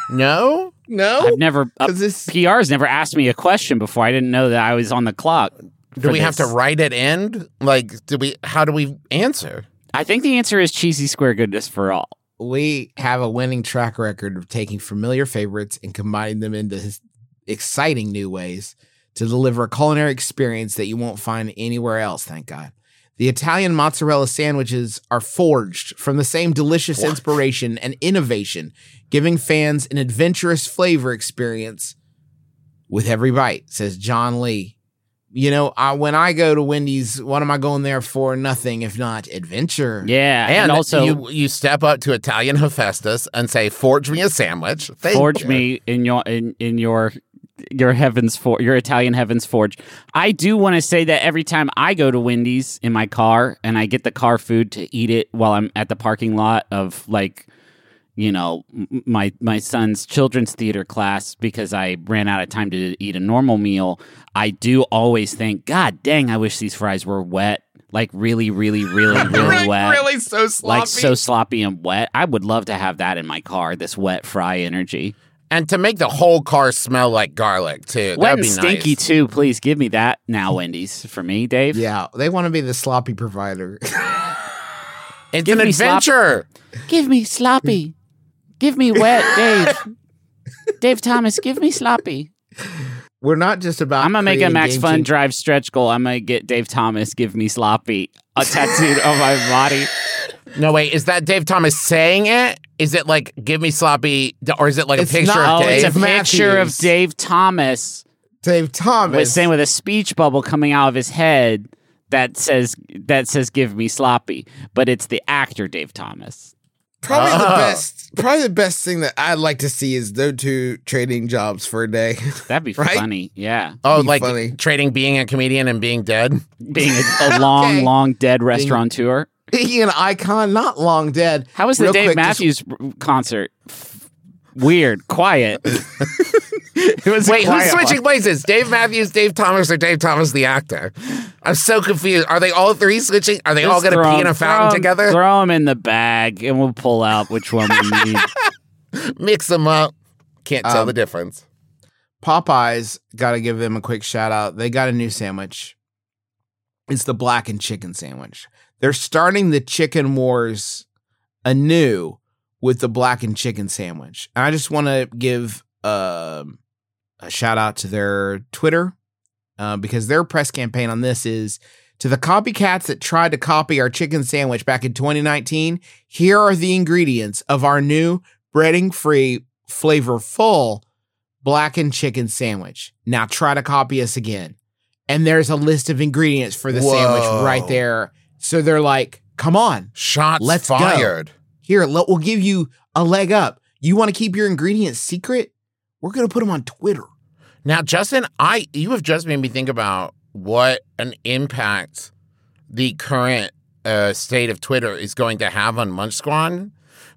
Speaker 4: No,
Speaker 3: No.
Speaker 4: Oh,
Speaker 5: I've never. Uh,
Speaker 3: 'Cause this-
Speaker 5: PR's never asked me a question before. I didn't know that I was on the clock.
Speaker 4: do
Speaker 5: for
Speaker 4: we have to
Speaker 5: this.
Speaker 4: write it in? Like, do we? How do we answer?
Speaker 5: I think the answer is cheesy square goodness for all.
Speaker 3: We have a winning track record of taking familiar favorites and combining them into his- exciting new ways to deliver a culinary experience that you won't find anywhere else, thank God. The Italian mozzarella sandwiches are forged from the same delicious inspiration and innovation, giving fans an adventurous flavor experience with every bite, says John Lee. You know, I, when I go to Wendy's, what am I going there for? Nothing if not adventure.
Speaker 5: Yeah, and,
Speaker 4: And,
Speaker 5: also
Speaker 4: you you step up to Italian Hephaestus and say, "Forge me a sandwich." Thank
Speaker 5: forge
Speaker 4: you.
Speaker 5: me in your in, in your your heavens for your Italian heavens forge. I do want to say that every time I go to Wendy's in my car and I get the car food to eat it while I'm at the parking lot of like you know m- my my son's children's theater class because I ran out of time to eat a normal meal. I do always think, God dang, I wish these fries were wet, like really, really, really, really wet
Speaker 3: Really so sloppy.
Speaker 5: like so sloppy and wet. I would love to have that in my car. This wet fry energy,
Speaker 4: and to make the whole car smell like garlic too.
Speaker 5: wet
Speaker 4: That'd
Speaker 5: and
Speaker 4: be
Speaker 5: stinky
Speaker 4: nice.
Speaker 5: too. Please give me that now, Wendy's for me, Dave.
Speaker 3: Yeah, they want to be the sloppy provider.
Speaker 4: It's
Speaker 5: Give
Speaker 4: an
Speaker 5: me slop-
Speaker 4: adventure.
Speaker 5: Give me sloppy. give me wet, Dave. Dave Thomas, give me sloppy.
Speaker 3: We're not just about.
Speaker 5: I'm gonna make a
Speaker 3: creating
Speaker 5: Max
Speaker 3: game
Speaker 5: Fun
Speaker 3: change-
Speaker 5: Drive stretch goal. I'm gonna get Dave Thomas, give me sloppy, a tattooed on my body.
Speaker 4: No wait, is that Dave Thomas saying it? Is it like give me sloppy, or is it like
Speaker 3: It's
Speaker 4: a picture
Speaker 3: not-
Speaker 5: Oh,
Speaker 4: of Dave?
Speaker 5: it's a picture of
Speaker 3: Matthews.
Speaker 5: Dave Thomas.
Speaker 3: Dave Thomas.
Speaker 5: was saying with a speech bubble coming out of his head that says that says give me sloppy but it's the actor dave thomas
Speaker 3: probably the
Speaker 4: Oh.
Speaker 3: best. Probably the best thing that I'd like to see is those two trading jobs for a day.
Speaker 5: that'd be
Speaker 3: Right?
Speaker 5: funny yeah
Speaker 4: oh,
Speaker 3: be
Speaker 4: like
Speaker 3: funny.
Speaker 4: trading being a comedian and being dead.
Speaker 5: being a, a long
Speaker 3: Okay.
Speaker 5: long dead restaurateur
Speaker 3: He an icon, not long dead.
Speaker 5: how was the
Speaker 3: Real
Speaker 5: dave
Speaker 3: quick, just-
Speaker 5: matthews r- concert F- weird quiet it was a
Speaker 4: Wait, who's
Speaker 5: quiet one.
Speaker 4: switching places? Dave Matthews, Dave Thomas, or Dave Thomas the actor? I'm so confused. Are they all three switching? Are they all
Speaker 5: Just
Speaker 4: going to
Speaker 5: throw
Speaker 4: pee in
Speaker 5: 'em-
Speaker 4: a fountain
Speaker 5: throw 'em-
Speaker 4: together?
Speaker 5: throw them in the bag and we'll pull out which one we need
Speaker 4: Mix them up. Can't tell
Speaker 3: Um,
Speaker 4: the difference.
Speaker 3: Popeyes got to give them a quick shout out. They got a new sandwich. It's the blackened chicken sandwich. They're starting the chicken wars anew with the blackened chicken sandwich. And I just want to give um, a shout out to their Twitter uh, because their press campaign on this is to the copycats that tried to copy our chicken sandwich back in 2019. Here are the ingredients of our new breading free, flavorful blackened chicken sandwich. Now try to copy us again. And there's a list of ingredients for the
Speaker 4: Whoa.
Speaker 3: sandwich right there. So they're like, come on,
Speaker 4: Shots
Speaker 3: let's go.
Speaker 4: fired.
Speaker 3: here, let, we'll give you a leg up. You want to keep your ingredients secret? We're going to put them on Twitter.
Speaker 4: Now, Justin, I you have just made me think about what an impact the current uh, state of Twitter is going to have on Munch Squad,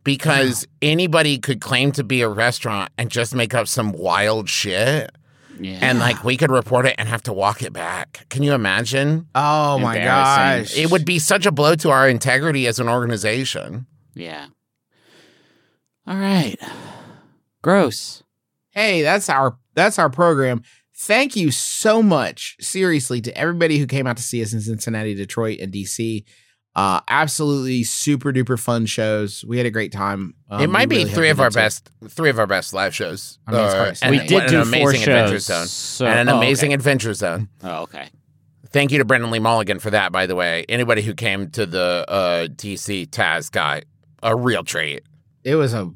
Speaker 4: because anybody could claim to be a restaurant and just make up some wild shit,
Speaker 5: yeah.
Speaker 4: and like we could report it and have to walk it back. Can you imagine?
Speaker 3: Oh
Speaker 5: my Embarrassing. gosh.
Speaker 4: It would be such a blow to our integrity as an organization.
Speaker 5: Yeah. All right. Gross.
Speaker 3: Hey, that's our that's our program. Thank you so much, seriously, to everybody who came out to see us in Cincinnati, Detroit, and DC. Uh, absolutely super duper fun shows. We had a great time. Um,
Speaker 4: it might
Speaker 3: we
Speaker 4: be
Speaker 3: really
Speaker 4: three
Speaker 3: hope
Speaker 4: of
Speaker 3: you
Speaker 4: our
Speaker 3: did too.
Speaker 4: best, three of our best live shows.
Speaker 3: I mean, it's
Speaker 4: Uh,
Speaker 3: hard to say.
Speaker 4: and
Speaker 5: we
Speaker 4: what
Speaker 5: did
Speaker 4: an
Speaker 5: do
Speaker 4: amazing
Speaker 5: four
Speaker 4: adventure
Speaker 5: shows.
Speaker 4: zone
Speaker 5: So,
Speaker 4: and an
Speaker 5: oh,
Speaker 4: amazing
Speaker 5: okay.
Speaker 4: adventure zone.
Speaker 5: Oh, okay.
Speaker 4: Thank you to Brendan Lee Mulligan for that, by the way. Anybody who came to the uh, DC Taz got a real treat.
Speaker 3: It was a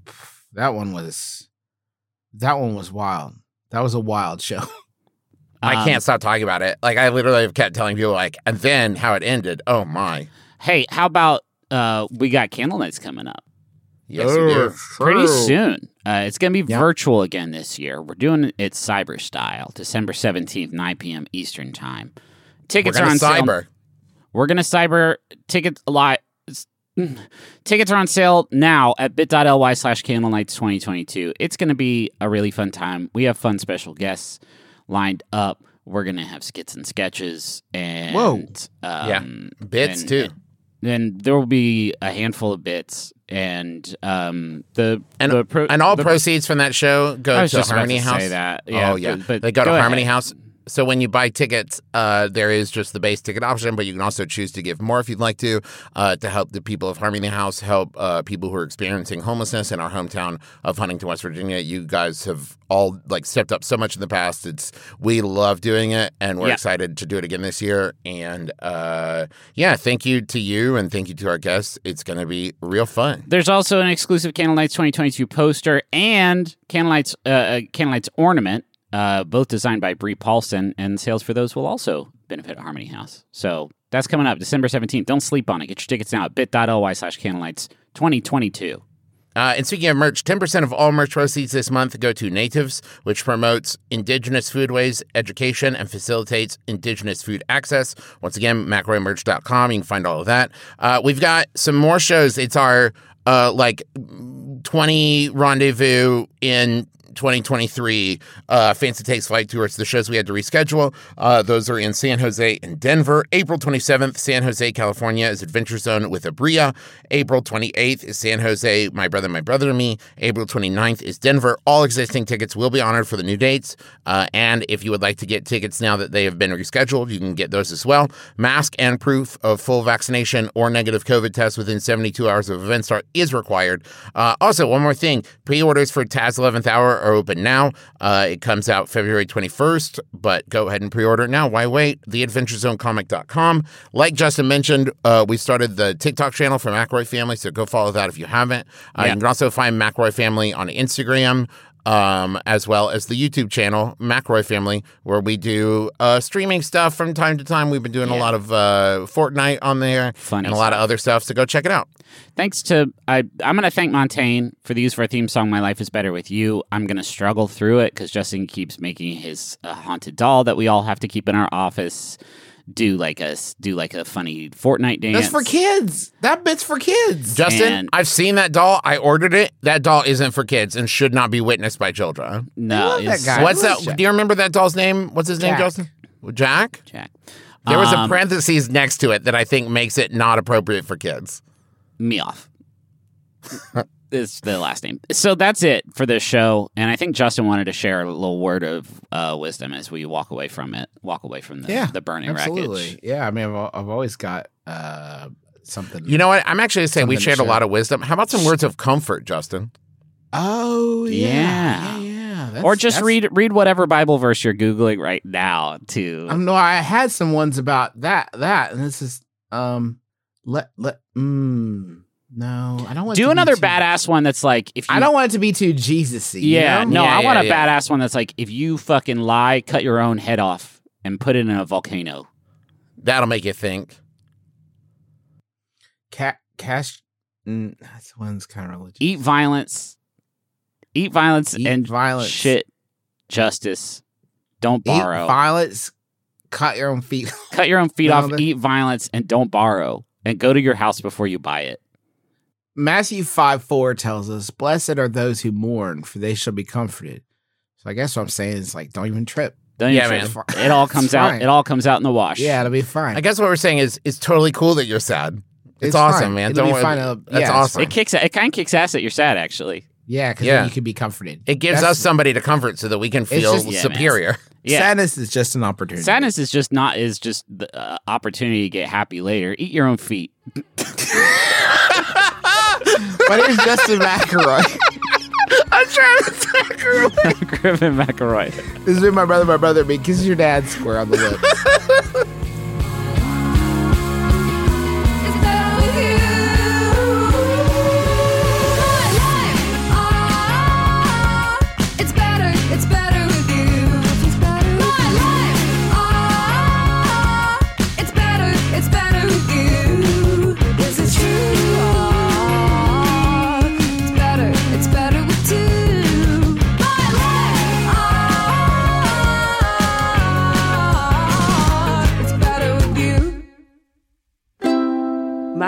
Speaker 3: that one was that one was wild. That was a wild show.
Speaker 4: I
Speaker 5: Um,
Speaker 4: can't stop talking about it. Like I literally have kept telling people, like, and then how it ended. Oh my!
Speaker 5: Hey, how about uh we got candle nights coming up
Speaker 4: Yes, you do.
Speaker 5: pretty soon. Uh, it's going to be
Speaker 3: Yeah.
Speaker 5: virtual again this year. We're doing it cyber style, December 17th, 9 p.m. Eastern Time.
Speaker 4: We're
Speaker 5: Tickets are
Speaker 4: gonna
Speaker 5: on sale
Speaker 4: cyber.
Speaker 5: We're gonna cyber tickets a lot. Tickets are on sale now at bit.ly slash candlelights 2022. It's going to be a really fun time. We have fun special guests lined up. We're going to have skits and sketches and
Speaker 3: Whoa.
Speaker 5: um,
Speaker 4: Bits
Speaker 5: and-
Speaker 4: too.
Speaker 5: And there will be a handful of bits and um, the
Speaker 4: And-
Speaker 5: the pro-
Speaker 4: And all
Speaker 5: the-
Speaker 4: proceeds from that show
Speaker 5: I
Speaker 4: go
Speaker 5: was
Speaker 4: to
Speaker 5: just about
Speaker 4: Harmony
Speaker 5: to
Speaker 4: House.
Speaker 5: Say that. Yeah,
Speaker 4: oh yeah,
Speaker 5: but, but
Speaker 4: they go, to
Speaker 5: ahead.
Speaker 4: Harmony House. So when you buy tickets, uh, there is just the base ticket option, but you can also choose to give more if you'd like to, uh, to help the people of Harmony House, help uh, people who are experiencing homelessness in our hometown of Huntington, West Virginia. You guys have all like stepped up so much in the past. It's we love doing it, and we're
Speaker 5: Yeah.
Speaker 4: excited to do it again this year. And uh, yeah, thank you to you, and thank you to our guests. It's going to be real fun.
Speaker 5: There's also an exclusive Candlelights 2022 poster and Candlelights uh, uh, Candlelights ornament, uh, both designed by Brie Paulson, and sales for those will also benefit Harmony House. So that's coming up December 17th. Don't sleep on it. Get your tickets now at bit.ly slash candlelights 2022.
Speaker 4: Uh, and speaking of merch, 10% of all merch proceeds this month go to Natives, which promotes indigenous foodways, education, and facilitates indigenous food access. Once again, macromerch.com. You can find all of that. Uh, we've got some more shows. It's our uh, like 20 rendezvous in 2023 uh, Fancy Takes Flight Tours, the shows we had to reschedule. Uh, those are in San Jose and Denver. April 27th, San Jose, California is Adventure Zone with Abria. April 28th is San Jose, My Brother, My Brother and Me. April 29th is Denver. All existing tickets will be honored for the new dates. Uh, and if you would like to get tickets now that they have been rescheduled, you can get those as well. Mask and proof of full vaccination or negative COVID test within 72 hours of event start is required. Uh, also, one more thing pre orders for Taz 11th Hour are open now. Uh, it comes out February 21st, but go ahead and pre order now. Why wait? TheAdventureZoneComic.com. Like Justin mentioned, uh, we started the TikTok channel for McRoy Family, so go follow that if you haven't. Uh,
Speaker 5: Yeah.
Speaker 4: You can also find McRoy Family on Instagram. Um, as well as the YouTube channel McRoy Family, where we do uh, streaming stuff from time to time. We've been doing a
Speaker 5: Yeah.
Speaker 4: lot of uh, Fortnite on there
Speaker 5: Funny
Speaker 4: and a lot of other stuff. So go check it out.
Speaker 5: Thanks to, I, I'm going to thank Montaigne for the use of our theme song, My Life is Better With You. I'm going to struggle through it because Justin keeps making his uh, haunted doll that we all have to keep in our office. Do like a do like a funny Fortnite dance.
Speaker 3: That's for kids. That bit's for kids.
Speaker 4: Justin,
Speaker 5: And-
Speaker 4: I've seen that doll. I ordered it. That doll isn't for kids and should not be witnessed by children.
Speaker 5: No,
Speaker 3: love that
Speaker 5: it's
Speaker 3: guy. I
Speaker 4: What's
Speaker 3: love
Speaker 4: that?
Speaker 3: Jack.
Speaker 4: Do you remember that doll's name? What's his name,
Speaker 3: Jack.
Speaker 4: Justin? Jack?
Speaker 5: Jack.
Speaker 4: There was a
Speaker 5: Um,
Speaker 4: parentheses next to it that I think makes it not appropriate for kids.
Speaker 5: me off. It's the last name. So that's it for this show, and I think Justin wanted to share a little word of uh, wisdom as we walk away from it. Walk away from the,
Speaker 3: Yeah,
Speaker 5: the burning
Speaker 3: Absolutely.
Speaker 5: wreckage.
Speaker 3: Yeah, I mean, I've, al- I've always got uh, something.
Speaker 4: You know what? I'm actually saying we
Speaker 3: Something to
Speaker 4: shared a
Speaker 3: share.
Speaker 4: lot of wisdom. How about some words of comfort, Justin?
Speaker 3: Oh
Speaker 5: Yeah.
Speaker 3: yeah, yeah. yeah. That's-
Speaker 5: or just
Speaker 3: that's-
Speaker 5: read read whatever Bible verse you're googling right now. To
Speaker 3: Um, no, I had some ones about that. That and this is um. Let let. Mm, no, I don't want. it to
Speaker 5: do
Speaker 3: be
Speaker 5: another
Speaker 3: too-
Speaker 5: badass one that's like if you
Speaker 3: I don't want it to be too Jesusy. you
Speaker 5: Yeah,
Speaker 3: know?
Speaker 5: no,
Speaker 4: Yeah,
Speaker 5: I want
Speaker 4: yeah,
Speaker 5: a
Speaker 4: yeah.
Speaker 5: badass one that's like if you fucking lie, cut your own head off and put it in a volcano.
Speaker 4: That'll make you think.
Speaker 3: Ca- cash. Mm, that one's kind of religious.
Speaker 5: Eat violence. Eat violence
Speaker 3: Eat
Speaker 5: and
Speaker 3: violence.
Speaker 5: shit justice. Don't
Speaker 3: Eat
Speaker 5: borrow.
Speaker 3: violence. Cut your own feet.
Speaker 5: Cut your own feet
Speaker 3: No,
Speaker 5: off,
Speaker 3: that-
Speaker 5: eat violence, and don't borrow. And go to your house before you buy it.
Speaker 3: Matthew 5 4 tells us, Blessed are those who mourn, for they shall be comforted. So I guess what I'm saying is like, don't even trip.
Speaker 5: Don't
Speaker 4: Yeah,
Speaker 5: you-
Speaker 4: man.
Speaker 5: It all comes
Speaker 3: It's
Speaker 5: out.
Speaker 3: fine.
Speaker 5: It all comes out in the wash.
Speaker 3: Yeah, it'll be fine.
Speaker 4: I guess what we're saying is it's totally cool that you're sad. It's, awesome,
Speaker 3: fine.
Speaker 4: man.
Speaker 3: It'll
Speaker 4: Don't
Speaker 3: be
Speaker 4: worry.
Speaker 3: fine. It'll-
Speaker 4: That's
Speaker 3: yeah, it's
Speaker 4: awesome.
Speaker 3: fine.
Speaker 5: It kicks. It kind of kicks ass that you're sad, actually.
Speaker 3: Yeah, because
Speaker 4: Yeah.
Speaker 3: then you can be comforted.
Speaker 4: It gives
Speaker 3: That's-
Speaker 4: us somebody to comfort so that we can feel
Speaker 3: just-
Speaker 5: Yeah, man.
Speaker 4: superior.
Speaker 5: Yeah.
Speaker 3: sadness is just an opportunity.
Speaker 5: Sadness is just not is just the uh, opportunity to get happy later. Eat your own feet.
Speaker 3: My name's Justin McElroy.
Speaker 5: Griffin McElroy.
Speaker 3: This has been my brother, my brother, me. Kiss your dad square on the lips.
Speaker 2: It's better with you. My life, ah, it's better, it's better with you. It's better. My life, ah, it's better, it's better with you. Is it true? Ah, it's better, it's better with two. My life, ah, it's better with you.